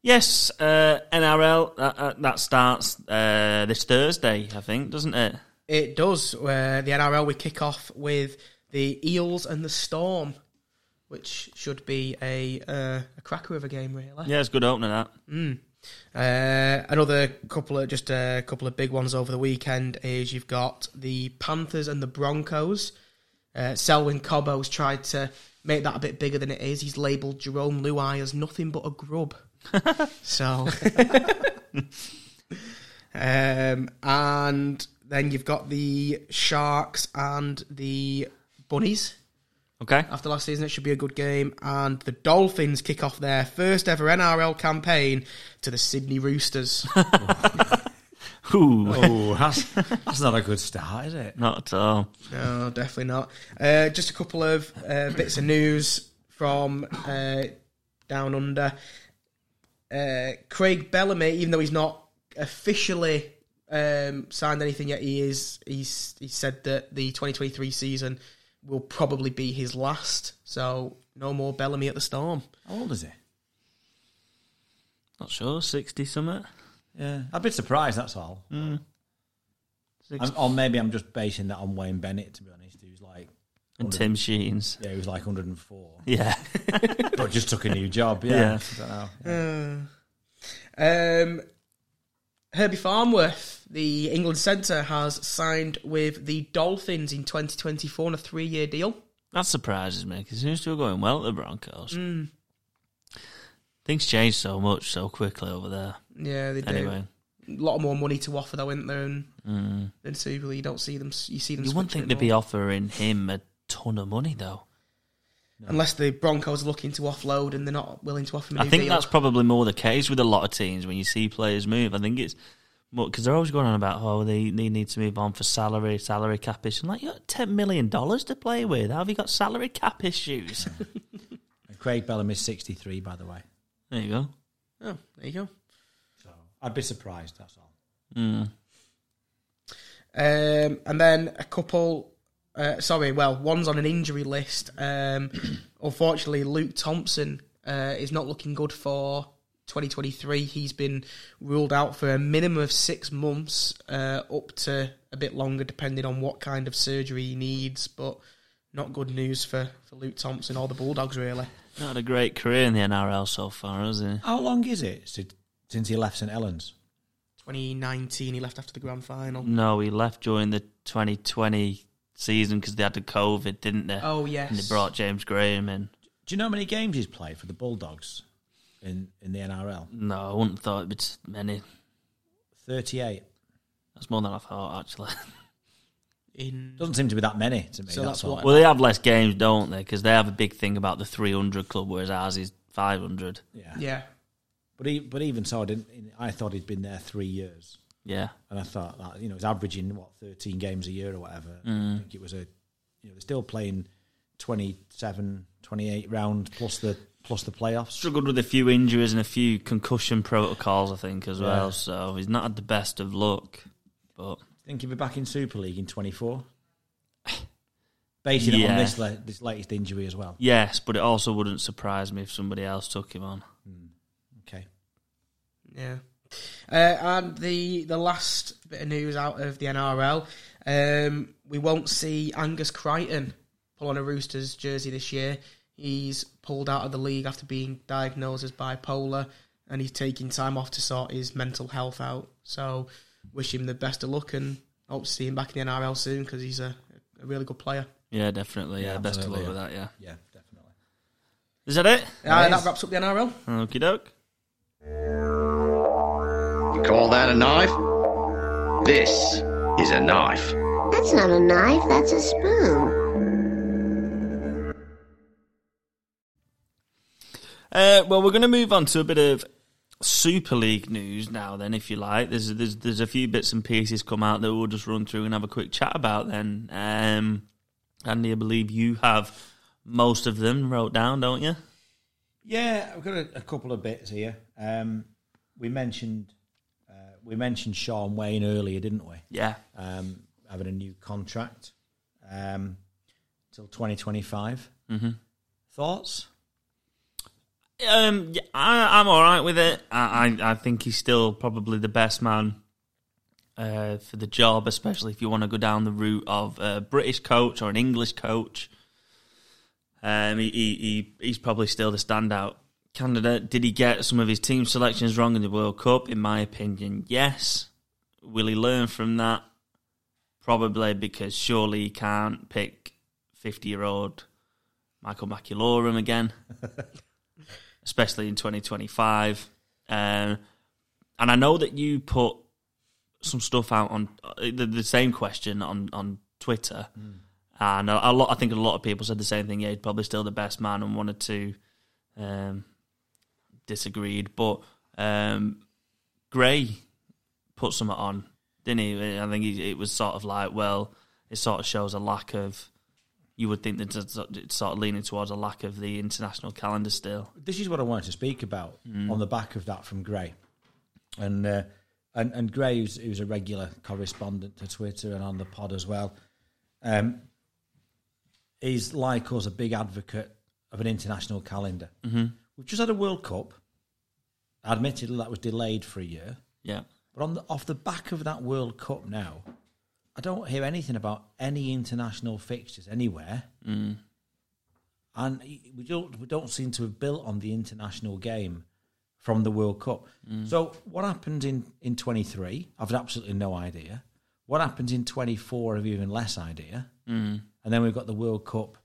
Yes, uh, NRL that, uh, that starts uh, this Thursday, I think, doesn't it? It does. Uh, the NRL we kick off with the Eels and the Storm, which should be a uh, a cracker of a game, really. Yeah, it's a good opener that. Uh, another couple of just a couple of big ones over the weekend is you've got the Panthers and the Broncos. Uh, Selwyn Cobbo's tried to make that a bit bigger than it is. He's labelled Jerome Luai as nothing but a grub. so, um, and then you've got the Sharks and the Bunnies Okay. after last season. It should be a good game. And the Dolphins kick off their first ever NRL campaign to the Sydney Roosters. Ooh, Oh, that's that's not a good start, is it? not uh, at all. no, definitely not. Uh, just a couple of uh, bits of news from uh, down under. Uh, Craig Bellamy, even though he's not officially um, signed anything yet, he is. He's he said that the 2023 season will probably be his last. So no more Bellamy at the Storm. How old is he? Not sure. Sixty something. Yeah, I'd be surprised. That's all. I'm, or maybe I'm just basing that on Wayne Bennett. To be honest, he was like, And Tim Sheens. yeah, he was like 104, Yeah. but just took a new job. Yeah, Yeah. I don't know. Um, Herbie Farmworth, the England centre, has signed with the Dolphins in 2024 on a three year deal. That surprises me because seems to be going well at the Broncos. Hmm. Things change so much so quickly over there. Yeah, they do. Anyway, Mm. A lot more money to offer, though, isn't there? And, Than Super League. You don't see them. s- You see them. you wouldn't switching think they'd it be more. offering him a ton of money though. unless the Broncos are looking to offload and they're not willing to offer him a I new think deal. that's probably more the case with a lot of teams when you see players move. I think it's because they're always going on about oh they, they need to move on for salary salary cap issues. I'm like you got ten million dollars to play with. How have you got salary cap issues? And Craig Bellamy's 63, by the way. there you go. Oh, there you go. So I'd be surprised. That's all. Um, and then a couple. Uh, sorry, well, one's on an injury list. Um, unfortunately, Luke Thompson uh, is not looking good for 2023. He's been ruled out for a minimum of six months, uh, up to a bit longer, depending on what kind of surgery he needs. But not good news for, for Luke Thompson or the Bulldogs, really. Not had a great career in the NRL so far, has he? How long is it si- since he left St Helens? 2019, he left after the grand final. No, he left during the 2020 season because they had the COVID, didn't they? Oh, yes. And they brought James Graham in. Do you know how many games he's played for the Bulldogs? in, in the NRL? No, I wouldn't have thought it'd be t- many. 38. That's more than I thought, actually. In Doesn't seem to be that many to me. So that's that's all. what- well, they have less games, don't they? Because they have a big thing about the 300 club, whereas ours is 500. Yeah. yeah, But, e but even so, I, didn't, I thought he'd been there three years. Yeah. and I thought that you know it's averaging what thirteen games a year or whatever. I think it was a you know they're still playing 27, 28 round plus the plus the playoffs. Struggled with a few injuries and a few concussion protocols, I think, as well. So he's not had the best of luck. But Think he'll be back in Super League in twenty four. Basing it on Yeah. this la- this latest injury as well. yes, but it also wouldn't surprise me if somebody else took him on. Okay, yeah. Uh, and the the last bit of news out of the NRL, um, we won't see Angus Crichton pull on a Roosters jersey this year. He's pulled out of the league after being diagnosed as bipolar, and he's taking time off to sort his mental health out. So, wish him the best of luck, and hope to see him back in the NRL soon because he's a, a really good player. Yeah, definitely. Yeah, best of luck absolutely, with that, yeah. yeah, definitely. Is that it? Uh, Nice. that wraps up the NRL. Okie doke. You call that a knife? This is a knife. That's not a knife, that's a spoon. Uh, well, we're going to move on to a bit of Super League news now. Then, if you like, there's there's there's a few bits and pieces come out that we'll just run through and have a quick chat about. Then, um, Andy, I believe you have most of them wrote down, don't you? Yeah, I've got a, a couple of bits here. Um, we mentioned uh, we mentioned Sean Wayne earlier, didn't we? Yeah, um, having a new contract um, till 2025. Mm-hmm. Thoughts? um, yeah, I, I'm all right with it. I, I I think he's still probably the best man. Uh, for the job, especially if you want to go down the route of a British coach or an English coach, Um, he, he, he he's probably still the standout candidate. Did he get some of his team selections wrong in the World Cup? In my opinion, yes. Will he learn from that? Probably because surely he can't pick fifty-year-old Michael Maculorum again, especially in twenty twenty-five. Um, and I know that you put some stuff out on uh, the, the same question on on Twitter. And a, a lot, I think a lot of people said the same thing. Yeah, he's probably still the best man, and one or two um, disagreed. But um, Gray put something on, didn't he? I think he, it was sort of like, well, it sort of shows a lack of. You would think that it's it's sort of leaning towards a lack of the international calendar still. This is what I wanted to speak about on the back of that from Gray, and uh, and and Gray, who's, who's a regular correspondent to Twitter and on the pod as well, um, is like us a big advocate of an international calendar. Mm-hmm. We've just had a World Cup. Admittedly, that was delayed for a year. Yeah, But on the, off the back of that World Cup now, I don't hear anything about any international fixtures anywhere. And we don't we don't seem to have built on the international game from the World Cup. So what happens in in 23? I've absolutely no idea. What happens in 24? I've even less idea. And then we've got the World Cup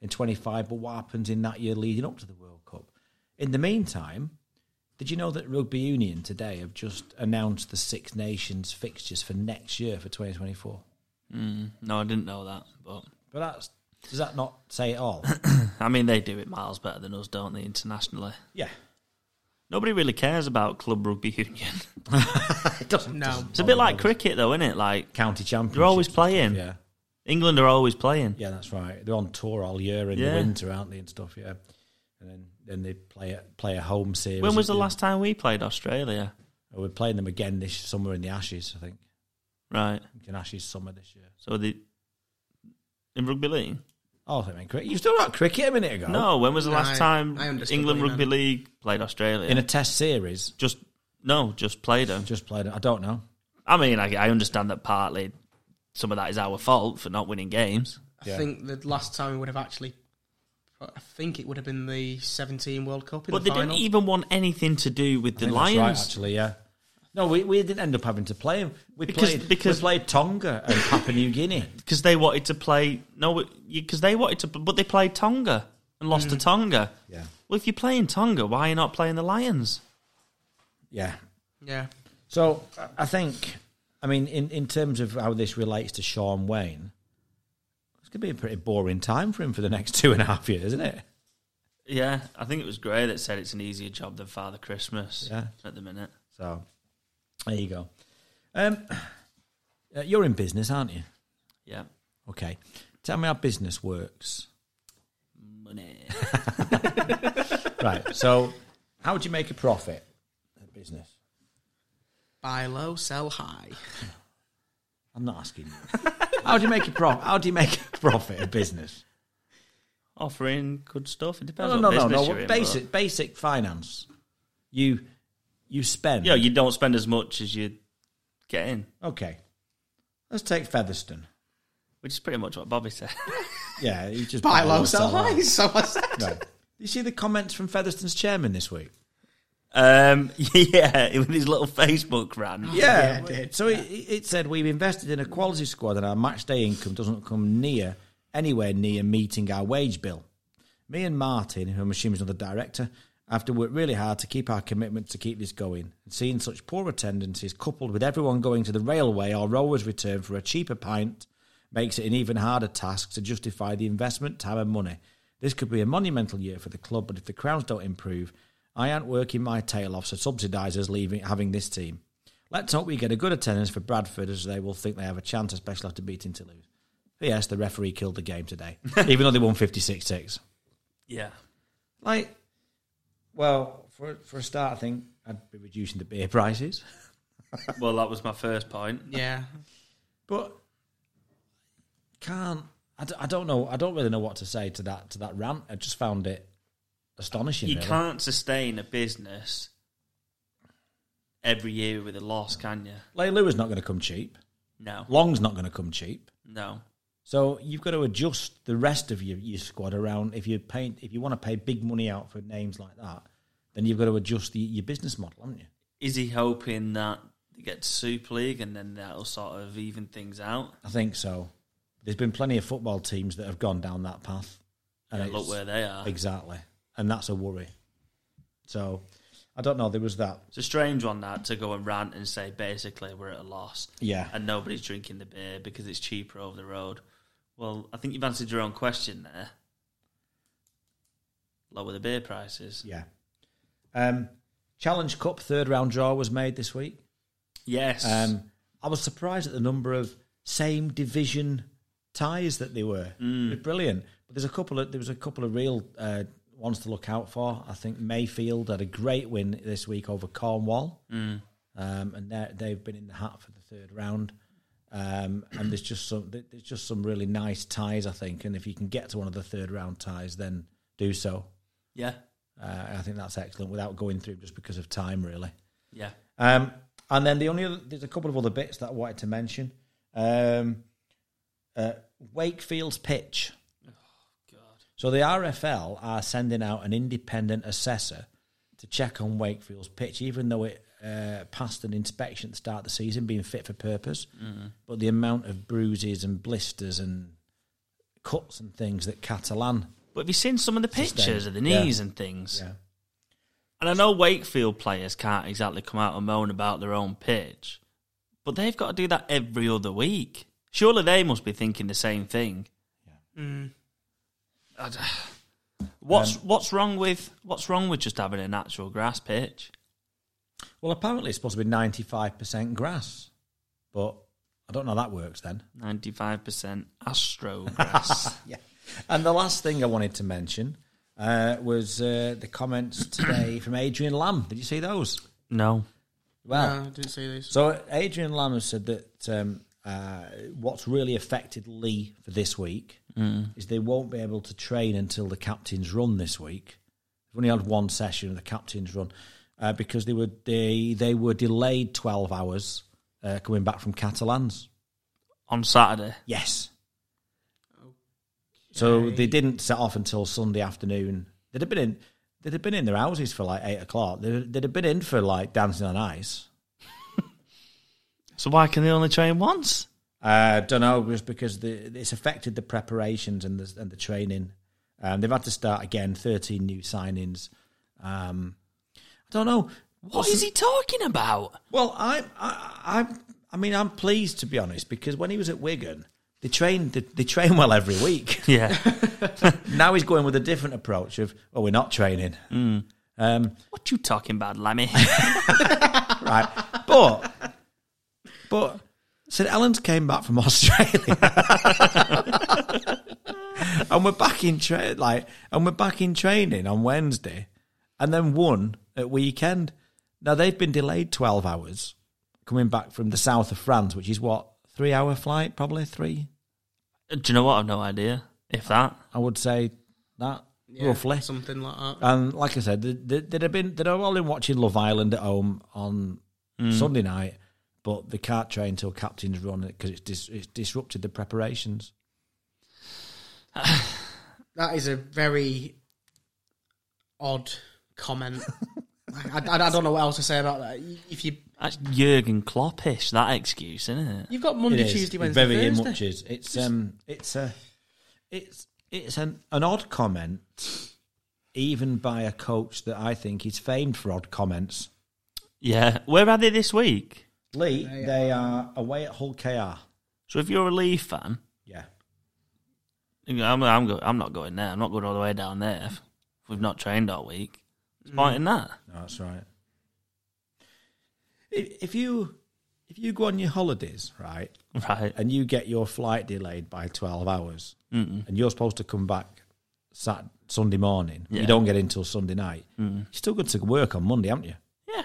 in 25. But what happens in that year leading up to the World Cup? In the meantime, did you know that Rugby Union today have just announced the Six Nations fixtures for next year for 2024? no, I didn't know that, but But that's does that not say it all? I mean they do it miles better than us, don't they? Internationally, yeah, nobody really cares about club rugby union. it doesn't. No, It's a bit like cricket, though, isn't it? Like county champions. they're always playing. Yeah, England are always playing. yeah, that's right. They're on tour all year in Yeah. the winter, aren't they, and stuff? Yeah, and then then they play a, play a home series. When was the last time we played Australia? We're playing them again this summer in the Ashes. I think Right. in Ashes summer this year. So the in rugby league. Oh, I mean, cricket. You still got cricket a minute ago? No. When was the last I- time I understood England what you rugby meant. league played Australia? in a Test series, just no, just played them. just played. it. I don't know. I mean, I, I understand that partly some of that is our fault for not winning games. I think the last time we would have actually, I think it would have been the 17 World Cup in But they the final. didn't even want anything to do with the think that's Lions. right, actually, yeah. No, we, we didn't end up having to play him. We Because- played because- we played Tonga and Papua New Guinea. because they wanted to play no because they wanted to but they played Tonga and lost to Tonga. Mm. Yeah. Well, if you're playing Tonga, why are you not playing the Lions? Yeah. Yeah. So I- I think, I mean, in, in terms of how this relates to Sean Wayne, it's going to be a pretty boring time for him for the next two and a half years, isn't it? Yeah, I think it was Gray that said it's an easier job than Father Christmas. Yeah. at the minute. So there you go. Um, uh, you're in business, aren't you? Yeah, Okay. Tell me how business works. money. Right. So how would you make a profit at business? Buy low, sell high. I'm not asking you. how do you make a profit? How do you make a profit at business? Offering good stuff. It depends. No, on no, what no, business no. You're in, no. but- Basic, basic finance. You, you spend. Yeah, you don't spend as much as you get in, Okay. Let's take Featherstone. which is pretty much what Bobby said. Yeah, you just Buy low, sell high. So I said. No. Did you see the comments from Featherstone's chairman this week? Um, yeah, with his little Facebook rant. Yeah, it did. So It, it said we've invested in a quality squad, and our match day income doesn't come near anywhere near meeting our wage bill. Me and Martin, who I'm assuming is another director, have to work really hard to keep our commitment to keep this going. And seeing such poor attendances, coupled with everyone going to the railway or rowers' return for a cheaper pint, makes it an even harder task to justify the investment, time, and money. This could be a monumental year for the club, but if the crowds don't improve, I aren't working my tail off, so subsidisers leaving having this team. Let's hope we get a good attendance for Bradford, as they will think they have a chance, especially after beating Toulouse. But yes, the referee killed the game today, even though they won 56 6. yeah. Like, well, for, for a start, I think I'd be reducing the beer prices. Well, that was my first point. Yeah. But can't, I, d- I don't know, I don't really know what to say to that, to that rant. I just found it astonishing. You really. can't sustain a business every year with a loss, can you? Like, Lelua's not going to come cheap, No, Long's not going to come cheap. no. So you've got to adjust the rest of your, your squad around if you pay if you want to pay big money out for names like that, then you've got to adjust the, your business model, haven't you? Is he hoping that they get to Super League and then that'll sort of even things out? I think so. There's been plenty of football teams that have gone down that path. And it's- look where they are. exactly, and that's a worry. So I don't know. There was that. It's a strange one that to go and rant and say basically we're at a loss. Yeah. And nobody's drinking the beer because it's cheaper over the road. Well, I think you've answered your own question there. Lower the beer prices. Yeah. Um, Challenge Cup third round draw was made this week. Yes. Um, I was surprised at the number of same division ties that they were. They're brilliant. But there's a couple of there was a couple of real uh, ones to look out for. I think Mayfield had a great win this week over Cornwall, um, and they're- they've been in the hat for the third round. Um, and there's just some there- there's just some really nice ties, I think. And if you can get to one of the third round ties, then do so. yeah. Uh, I think that's excellent without going through just because of time, really. Yeah. Um, and then the only other, there's a couple of other bits that I wanted to mention. Um, uh, Wakefield's pitch. So the RFL are sending out an independent assessor to check on Wakefield's pitch, even though it uh, passed an inspection at the start of the season, being fit for purpose. But the amount of bruises and blisters and cuts and things that Catalan, But have you seen some of the pictures of the Yeah. knees and things? And I know Wakefield players can't exactly come out and moan about their own pitch, but they've got to do that every other week. Surely they must be thinking the same thing. I d- What's what's wrong with what's wrong with just having a natural grass pitch? well, apparently it's supposed to be 95% grass, but I don't know how that works then. Ninety five percent astro grass. yeah. And the last thing I wanted to mention uh, was uh, the comments today from Adrian Lamb. Did you see those? no, Well, No, I didn't see these. Ah. so Adrian Lamb has said that um, uh, what's really affected Lee for this week is they won't be able to train until the captain's run this week. They've only had one session of the captain's run uh, because they were they they were delayed twelve hours uh, coming back from Catalans. on Saturday. Yes. So they didn't set off until Sunday afternoon. They'd have been in. They'd have been in their houses for like eight o'clock. They'd, they'd have been in for like dancing on ice. So why can they only train once? I uh, don't know, just because the, it's affected the preparations and the, and the training. Um, they've had to start again, 13 new signings. Um, I don't know. What is he talking about? Well, I, I, I, I mean, I'm pleased to be honest because when he was at Wigan, they trained, they, they train well every week. Yeah. now he's going with a different approach of, oh, we're not training, what you talking about, Lammy? right? But, but St. Helens came back from Australia, and we're back in tra- like, and we're back in training on Wednesday, and then one at weekend. Now they've been delayed twelve hours coming back from the south of France, which is what three hour flight, probably three. Do you know what? I've no idea. If that. I would say that roughly. something like that. And like I said, th- th- they'd have been they'd have all been watching Love Island at home on Mm. Sunday night, but they can't train till captain's run because it's dis- it's disrupted the preparations. That is a very odd comment. I, I, I don't know what else to say about that. If you That's Jurgen Kloppish, that excuse, isn't it? you've got Monday, Tuesday, Wednesday, very Thursday. much is. It's um, it's a, it's it's an an odd comment, even by a coach that I think is famed for odd comments. Yeah. Where are they this week? Lee, they are away at Hull KR. So if you're a Leaf fan, Yeah. you know, I'm, I'm, go, I'm not going there. I'm not going all the way down there. If we've not trained all week. It's point in that. No, that's right. If, if you if you go on your holidays, right, Right. and you get your flight delayed by twelve hours, and you're supposed to come back Sat Sunday morning, but Yeah. you don't get in till Sunday night. You're still good to work on Monday, haven't you? Yeah.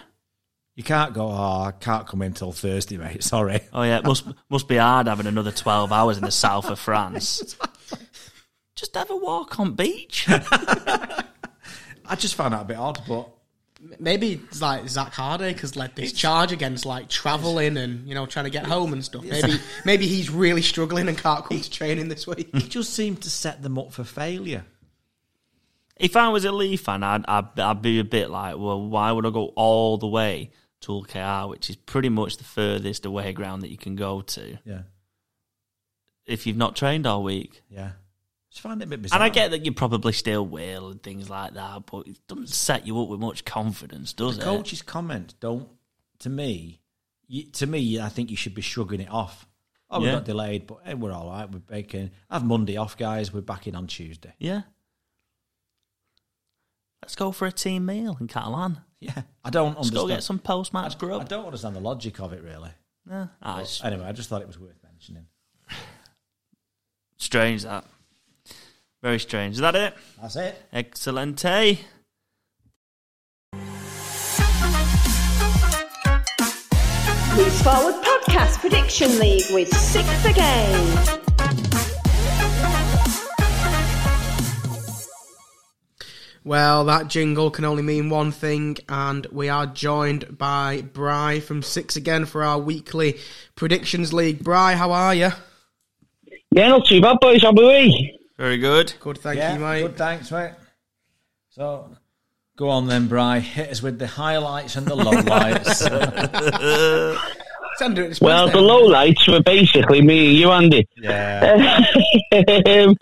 You can't go. Oh, I can't come in till Thursday, mate. Sorry. Oh yeah, it must must be hard having another twelve hours in the south of France. Just have a walk on beach. I just found that a bit odd, but Maybe it's like Zach Hardy has led this charge against like traveling and you know trying to get home and stuff. Maybe maybe he's really struggling and can't come to training this week. it just seemed to set them up for failure. if I was a Leaf fan, I'd, I'd I'd be a bit like, well, why would I go all the way to OKR, which is pretty much the furthest away ground that you can go to Yeah, if you've not trained all week. yeah. Just find it a bit bizarre. And I get that you probably still will and things like that, but it doesn't set you up with much confidence, does it? coach's comments don't to me you, to me i think you should be shrugging it off oh we Yeah. got delayed but hey, we're all right we're baking have monday off guys we're back in on tuesday Yeah. Let's go for a team meal in Catalan. yeah i don't Let's go understand get some post match I grub. don't understand the logic of it really Yeah. Ah, it's anyway i just thought it was worth mentioning strange that. Very strange. Is that it? that's it Excelente. Leaps Forward Podcast Prediction League with six a game. Well, that jingle can only mean one thing, and we are joined by Bry from Six again for our weekly predictions league. Bry, how are you? Yeah, not too bad, boys. How are we? Very good. Good, thank yeah you, mate. good thanks mate so go on then bry hit us with the highlights and the lowlights It's under its Well, the birthday. lowlights were basically me and you, Andy. yeah Um,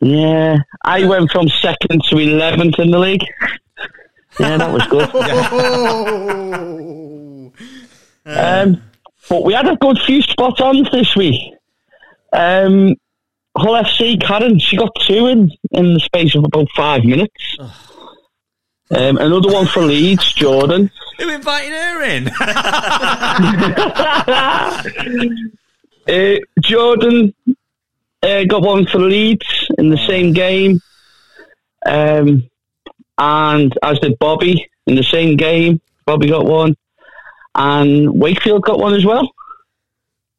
yeah, Uh, I went from second to 11th in the league. Yeah, that was good. Oh. Um, but we had a good few spot ons this week. Um, Hull FC, Karen, she got two in, in the space of about five minutes. Um, another one for Leeds, Jordan. who invited her in Uh, Jordan uh, got one for Leeds in the same game, um, and as did Bobby in the same game. Bobby got one, and Wakefield got one as well.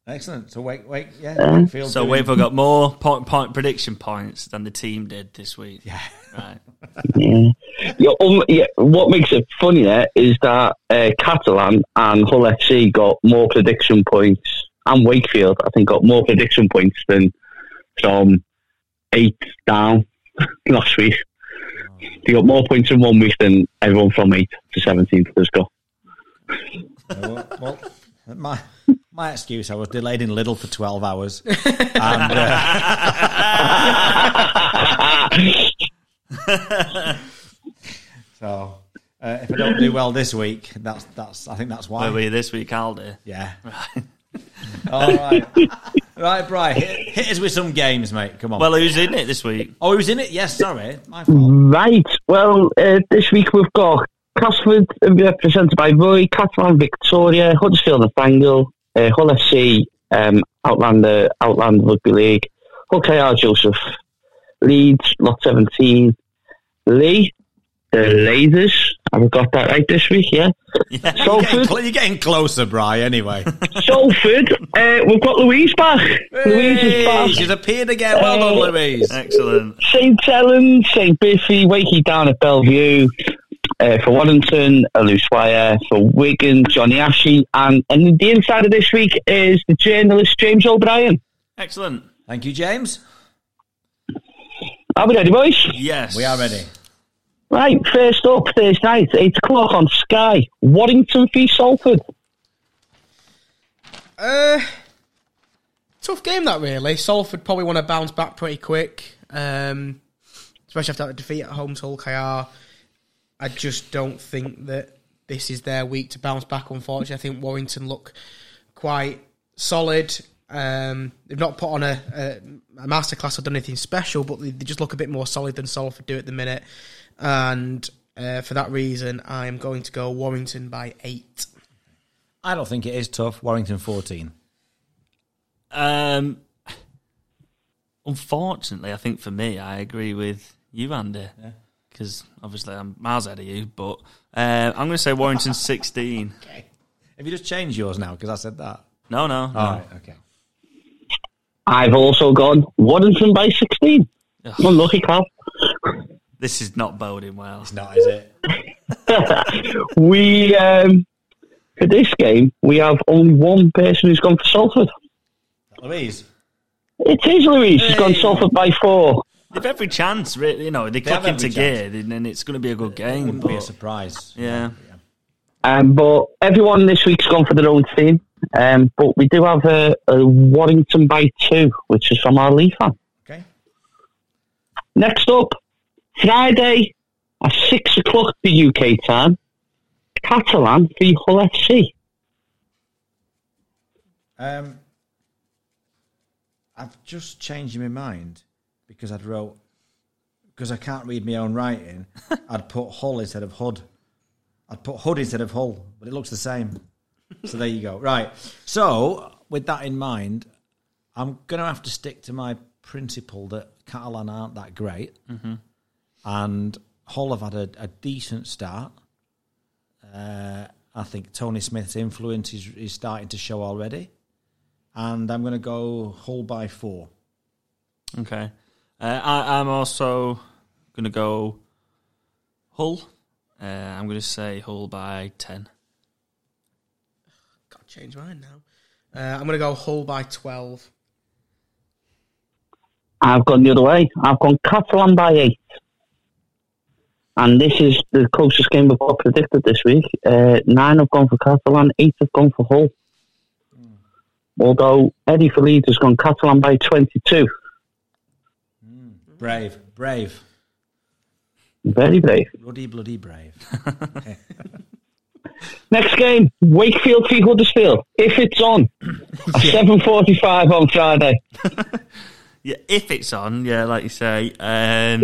excellent so wait wait yeah Wakefield So we've doing- got more point, point prediction points than the team did this week. Yeah. Right. Yeah. Yeah, um, yeah, what makes it funny there is that uh, Catalan and Hull FC got more prediction points, and Wakefield I think got more prediction points than from eight down last week. They got more points in one week than everyone from eight to seventeenth has got. well, well, my My excuse, I was delayed in Lidl for 12 hours. and, uh, so, uh, if I don't do well this week, that's, that's, I think that's why. Where were you this week, Aldi? Yeah. All right. right, Bri, hit, hit us with some games, mate. Come on. Well, who's in it this week? oh, he was in it? Yes, sorry. My fault. Right. Well, uh, this week we've got Castleford uh, represented by Roy, Catalan Victoria, Huddersfield Nathaniel, uh, Hull FC, um, Outlander, Outland Rugby League, Hull KR Joseph, Leeds, Lot 17, Lee, the Lasers. Have I got that right this week? Yeah. You're getting, Salford, cl- you're getting closer, Bri, anyway. Salford. Uh, we've got Louise back. Louise is Hey, back. she's appeared again. Well done, Louise. Excellent. St. Helens, St. Biffy, Wakey down at Bellevue, uh, for Waddington, Aluswire, for Wigan, Johnny Ashley, and, and the insider this week is the journalist James O'Brien. Excellent. Thank you, James. Are we ready, boys? Yes. We are ready. Right, first up Thursday night, 8 o'clock on Sky, Waddington v Salford. Uh, tough game that really. Salford probably want to bounce back pretty quick, um, especially after that defeat at home to Hulk KR. I just don't think that this is their week to bounce back. Unfortunately, I think Warrington look quite solid. Um, they've not put on a, a, a masterclass or done anything special, but they, they just look a bit more solid than Salford do at the minute. And uh, for that reason, I am going to go Warrington by eight. I don't think it is tough. Warrington 14. Um, unfortunately, I think for me, I agree with you, Andy, because obviously I'm miles ahead of you. But uh, I'm going to say Warrington 16. Have you just changed yours now? Because I said that. No, no, no. All right, okay. I've also gone Waddington by 16. Unlucky, Cal. this is not boding well. Not, is it? We, um, for this game, we have only one person who's gone for Salford. Louise. It is Louise, she's gone Hey. Salford by four. They've every chance, really. You know, they have click into every gear, then then it's going to be a good game. Wouldn't be a but- surprise. yeah. Um, but everyone this week's gone for their own team. Um, but we do have a, a Warrington by two, which is from our Lee fan. Okay. Next up, Friday at six o'clock the UK time, Catalan v Hull FC. Um, I've just changed my mind because I'd wrote, because I can't read my own writing, I'd put Hull instead of Hud. I'd put Hud instead of Hull, but it looks the same. So there you go. Right. So, with that in mind, I'm going to have to stick to my principle that Catalan aren't that great. And Hull have had a, a decent start. Uh, I think Tony Smith's influence is, is starting to show already. And I'm going to go Hull by four. Okay. Uh, I, I'm also going to go Hull. Uh, I'm going to say Hull by 10. Got to change mine now. Uh, I'm going to go Hull by 12. I've gone the other way. I've gone Catalan by eight. And this is the closest game we've got predicted this week. Uh, nine have gone for Catalan, eight have gone for Hull. Although Eddie for Leeds has gone Catalan by 22. Brave, brave, Very brave. bloody, bloody brave. Next game, Wakefield v Huddersfield. If it's on, at seven forty-five on Friday. Yeah, if it's on, yeah, like you say. Um,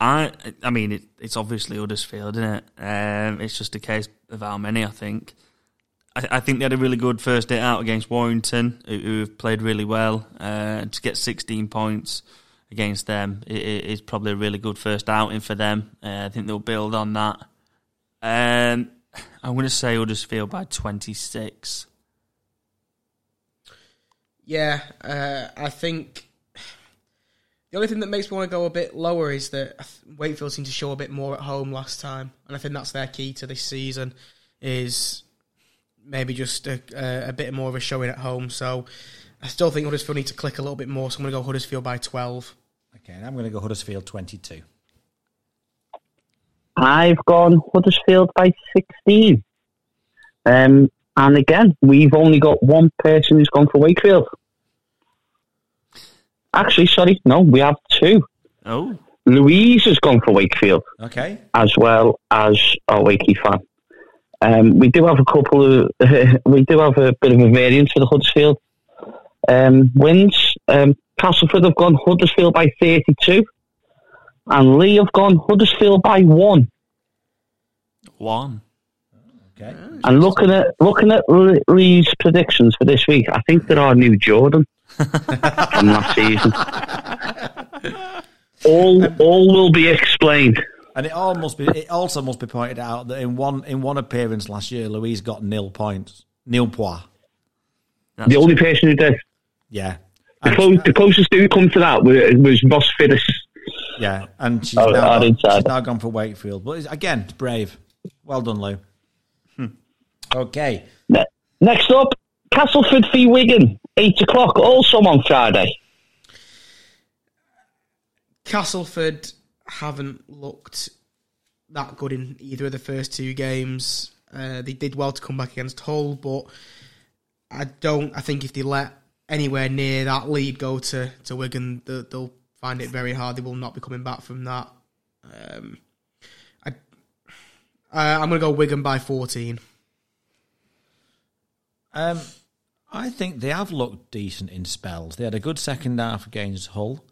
I, I mean, it, it's obviously Huddersfield, isn't it? Um, it's just a case of how many. I think. I, I think they had a really good first day out against Warrington, who, who have played really well. Uh, to get 16 points against them i- i- is probably a really good first outing for them. Uh, I think they'll build on that. Um, I'm going to say Huddersfield by 26. Yeah, uh, I think the only thing that makes me want to go a bit lower is that I th- Wakefield seemed to show a bit more at home last time, and I think that's their key to this season is maybe just a, a, a bit more of a showing at home. So I still think Huddersfield need to click a little bit more. So I'm going to go Huddersfield by 12. okay, and I'm going to go Huddersfield 22. I've gone Huddersfield by sixteen. Um, And again, we've only got one person who's gone for Wakefield. Actually, sorry, no, we have two. Oh, Louise has gone for Wakefield Okay. as well as a Wakey fan. Um, we do have a couple of, we do have a bit of a variance for the Huddersfield um, wins. Um, Castleford have gone Huddersfield by 32, and Lee have gone Huddersfield by one. one. Okay. And looking at looking at Le- Lee's predictions for this week, I think there are new Jordan from last season. All all will be explained. And it all must be. It also must be pointed out that in one in one appearance last year, Louise got nil points, nil points. The only person who did Yeah, the, close, the closest who come to that was, was Ross Finnis. yeah. And she's, Oh, now, I gone, didn't say she's that. now gone for Wakefield, but it's, again, it's brave. Well done, Lou. Hmm. Okay. Ne- Next up, Castleford v Wigan, eight o'clock, also on Friday. Castleford haven't looked that good in either of the first two games. Uh, they did well to come back against Hull, but I don't. I think if they let anywhere near that lead go to to Wigan, they'll, they'll find it very hard. They will not be coming back from that. Um, I, uh, I'm going to go Wigan by 14. Um, I think they have looked decent in spells. They had a good second half against Hull.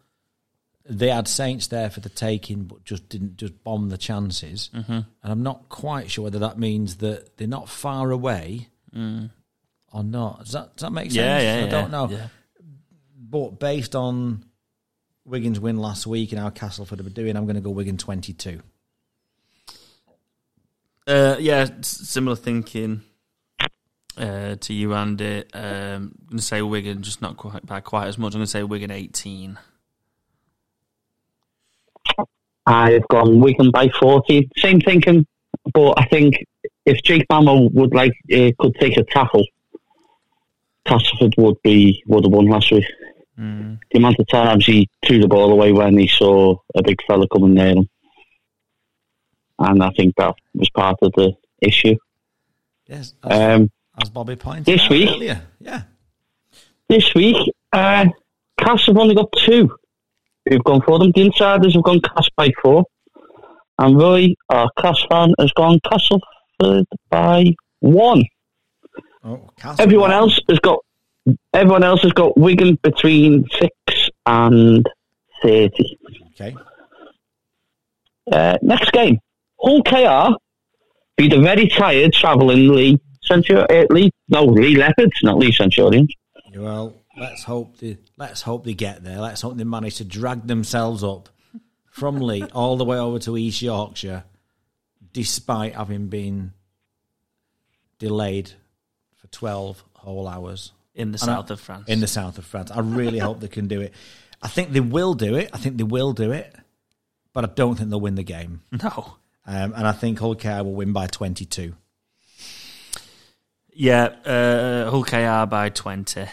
They had Saints there for the taking, but just didn't just bomb the chances. Mm-hmm. And I'm not quite sure whether that means that they're not far away or not. Does that, does that make sense? Mm. Yeah, yeah, I yeah, don't know. yeah. But based on Wigan's win last week and how Castleford are doing, I'm going to go Wigan 22. Uh, yeah, s- similar thinking uh, to you, Andy. Um, I'm going to say Wigan, just not quite by quite as much. I'm going to say Wigan 18. I've gone Wigan by 40. Same thinking, but I think if Jake Bammer would like uh, could take a tackle, Castleford would be would have won last week. The amount of times he threw the ball away when he saw a big fella coming near him, and I think that was part of the issue. Yes. As, Um, as Bobby pointed this out week- earlier. Yeah. this week, uh, Cass have only got two who've gone for them. The insiders have gone Cass by four. And Roy, our Cass fan, has gone Castleford by one. Oh, Castle- Everyone else has got everyone else has got Wigan between six and thirty. Okay. Uh, next game, Hull KR be the very tired travelling Lee Centurion. Uh, Lee, no, Lee Leopards, not Lee Centurions. Well, let's hope they let's hope they get there. Let's hope they manage to drag themselves up from Lee all the way over to East Yorkshire, despite having been delayed for twelve whole hours In the And I- south of France. in the south of France. I really hope they can do it. I think they will do it. I think they will do it, but I don't think they'll win the game. no. Um, and I think Hull Care will win by twenty-two. Yeah, uh, Hull KR by 20.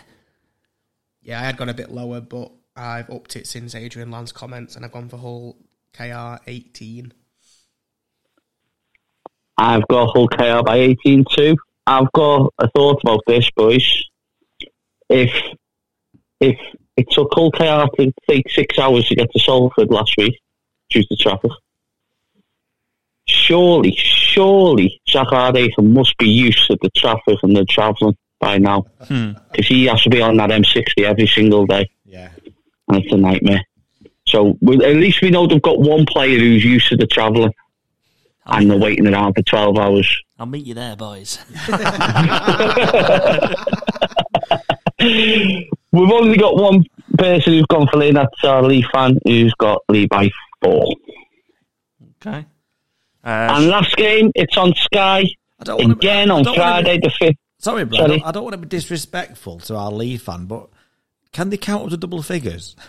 Yeah, I had gone a bit lower, but I've upped it since Adrian Land's comments, and I've gone for Hull KR 18. I've got Hull KR by 18 2. I've got a thought about this, boys. If if it took Hull KR to take six hours to get to Salford last week due to traffic, surely, surely Zachar Aiken must be used to the traffic and the travelling by now. Because he has to be on that M60 every single day, Yeah. and it's a nightmare. So we, at least we know they've got one player who's used to the travelling and they're waiting around for 12 hours. I'll meet you there, boys. We've only got one person who's gone for Lee, and that's our Lee fan, who's got Lee by four. okay. And Uh, last game, it's on Sky I don't wanna- again I on don't wanna be- Friday the fifth. Sorry, bro. I, Sorry. don't, I don't want to be disrespectful to our Lee fan, but can they count up to double figures?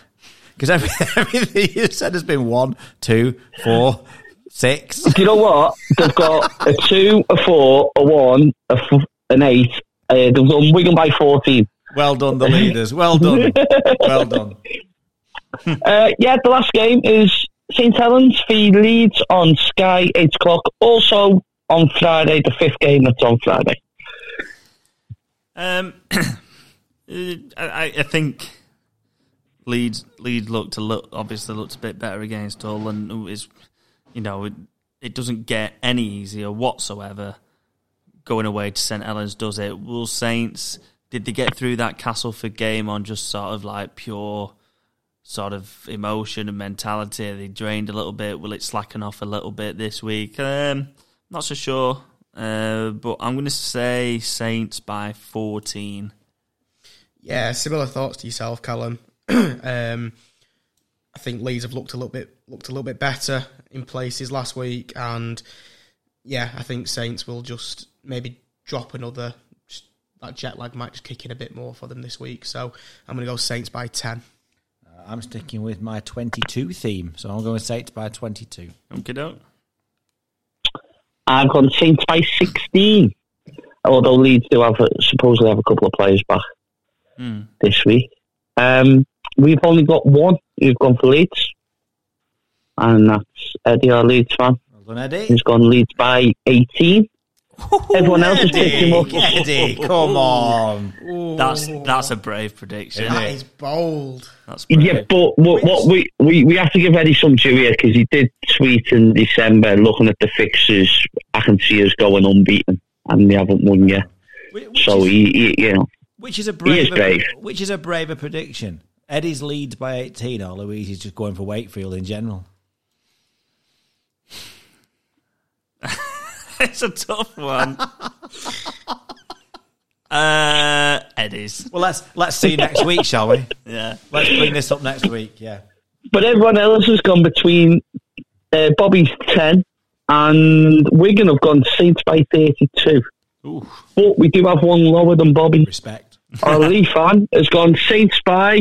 Because every, everything you said has been one, two, four, six. Do you know what? They've got a two, a four, a one, a f- an eight. Uh, they've done Wigan by fourteen. Well done, the leaders. Well done. Well done. Uh, yeah, the last game is St Helens v Leeds on Sky eight o'clock. Also on Friday, the fifth game that's on Friday. Um, I, I I think Leeds Leeds looked a look obviously looked a bit better against Hull, and is you know it, it doesn't get any easier whatsoever going away to St Helens, does it? Will Saints did they get through that Castleford game on just sort of like pure sort of emotion and mentality? Are they drained a little bit. Will it slacken off a little bit this week? Um, not so sure. Uh, but I'm going to say Saints by 14. Yeah, similar thoughts to yourself, Callum. um, I think Leeds have looked a little bit looked a little bit better in places last week, and yeah, I think Saints will just maybe drop another. Just, that jet lag might just kick in a bit more for them this week, so I'm going to go Saints by ten. I'm sticking with my 22 theme, so I'm going to say it's by 22. Okay, don't. I've gone Saints by 16. Although Leeds do have supposedly have a couple of players back this week. Um, we've only got one who's gone for Leeds, and that's Eddie, our Leeds fan, Well done, Eddie. who's gone Leeds by 18. Everyone else has picked him up. Eddie, Eddie, come on. That's that's a brave prediction. That is bold. That's brave. Yeah, but what, what we, we we have to give Eddie some due here because he did tweet in December, looking at the fixtures, I can see us going unbeaten, and they haven't won yet. Whi- Which So is, he, he you know, which is a is braver, brave. which is a braver prediction. Eddie's leads by 18, or Louise is just going for Wakefield in general. it's a tough one. uh, Eddie's. Well, let's let's see next week, shall we? Yeah. Let's clean this up next week. Yeah. but everyone else has gone between uh, Bobby's ten and Wigan have gone Saints by thirty-two. Ooh. But we do have one lower than Bobby. Respect. Our Lee fan has gone Saints by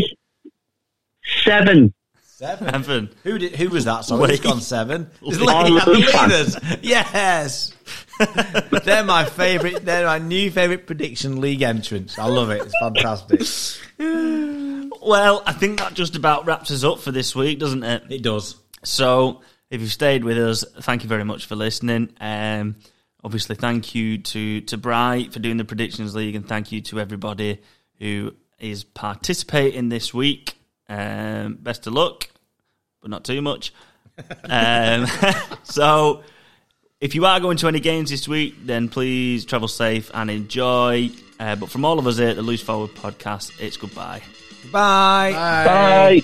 seven. Seven. Heaven. Who did, who was that? Sorry, Lee. it's gone seven. It's Lee. Lee and the Oh, Lee fan. leaders. Yes. they're my favourite. They're my new favourite prediction league entrants. I love it. It's fantastic. Well, I think that just about wraps us up for this week, doesn't it? It does. So, if you've stayed with us, thank you very much for listening. Um, obviously, thank you to to Bright for doing the predictions league, and thank you to everybody who is participating this week. Um, best of luck, but not too much. Um, so, if you are going to any games this week, then please travel safe and enjoy. Uh, but from all of us here at the Loose Forward Podcast, it's goodbye. Bye. Bye.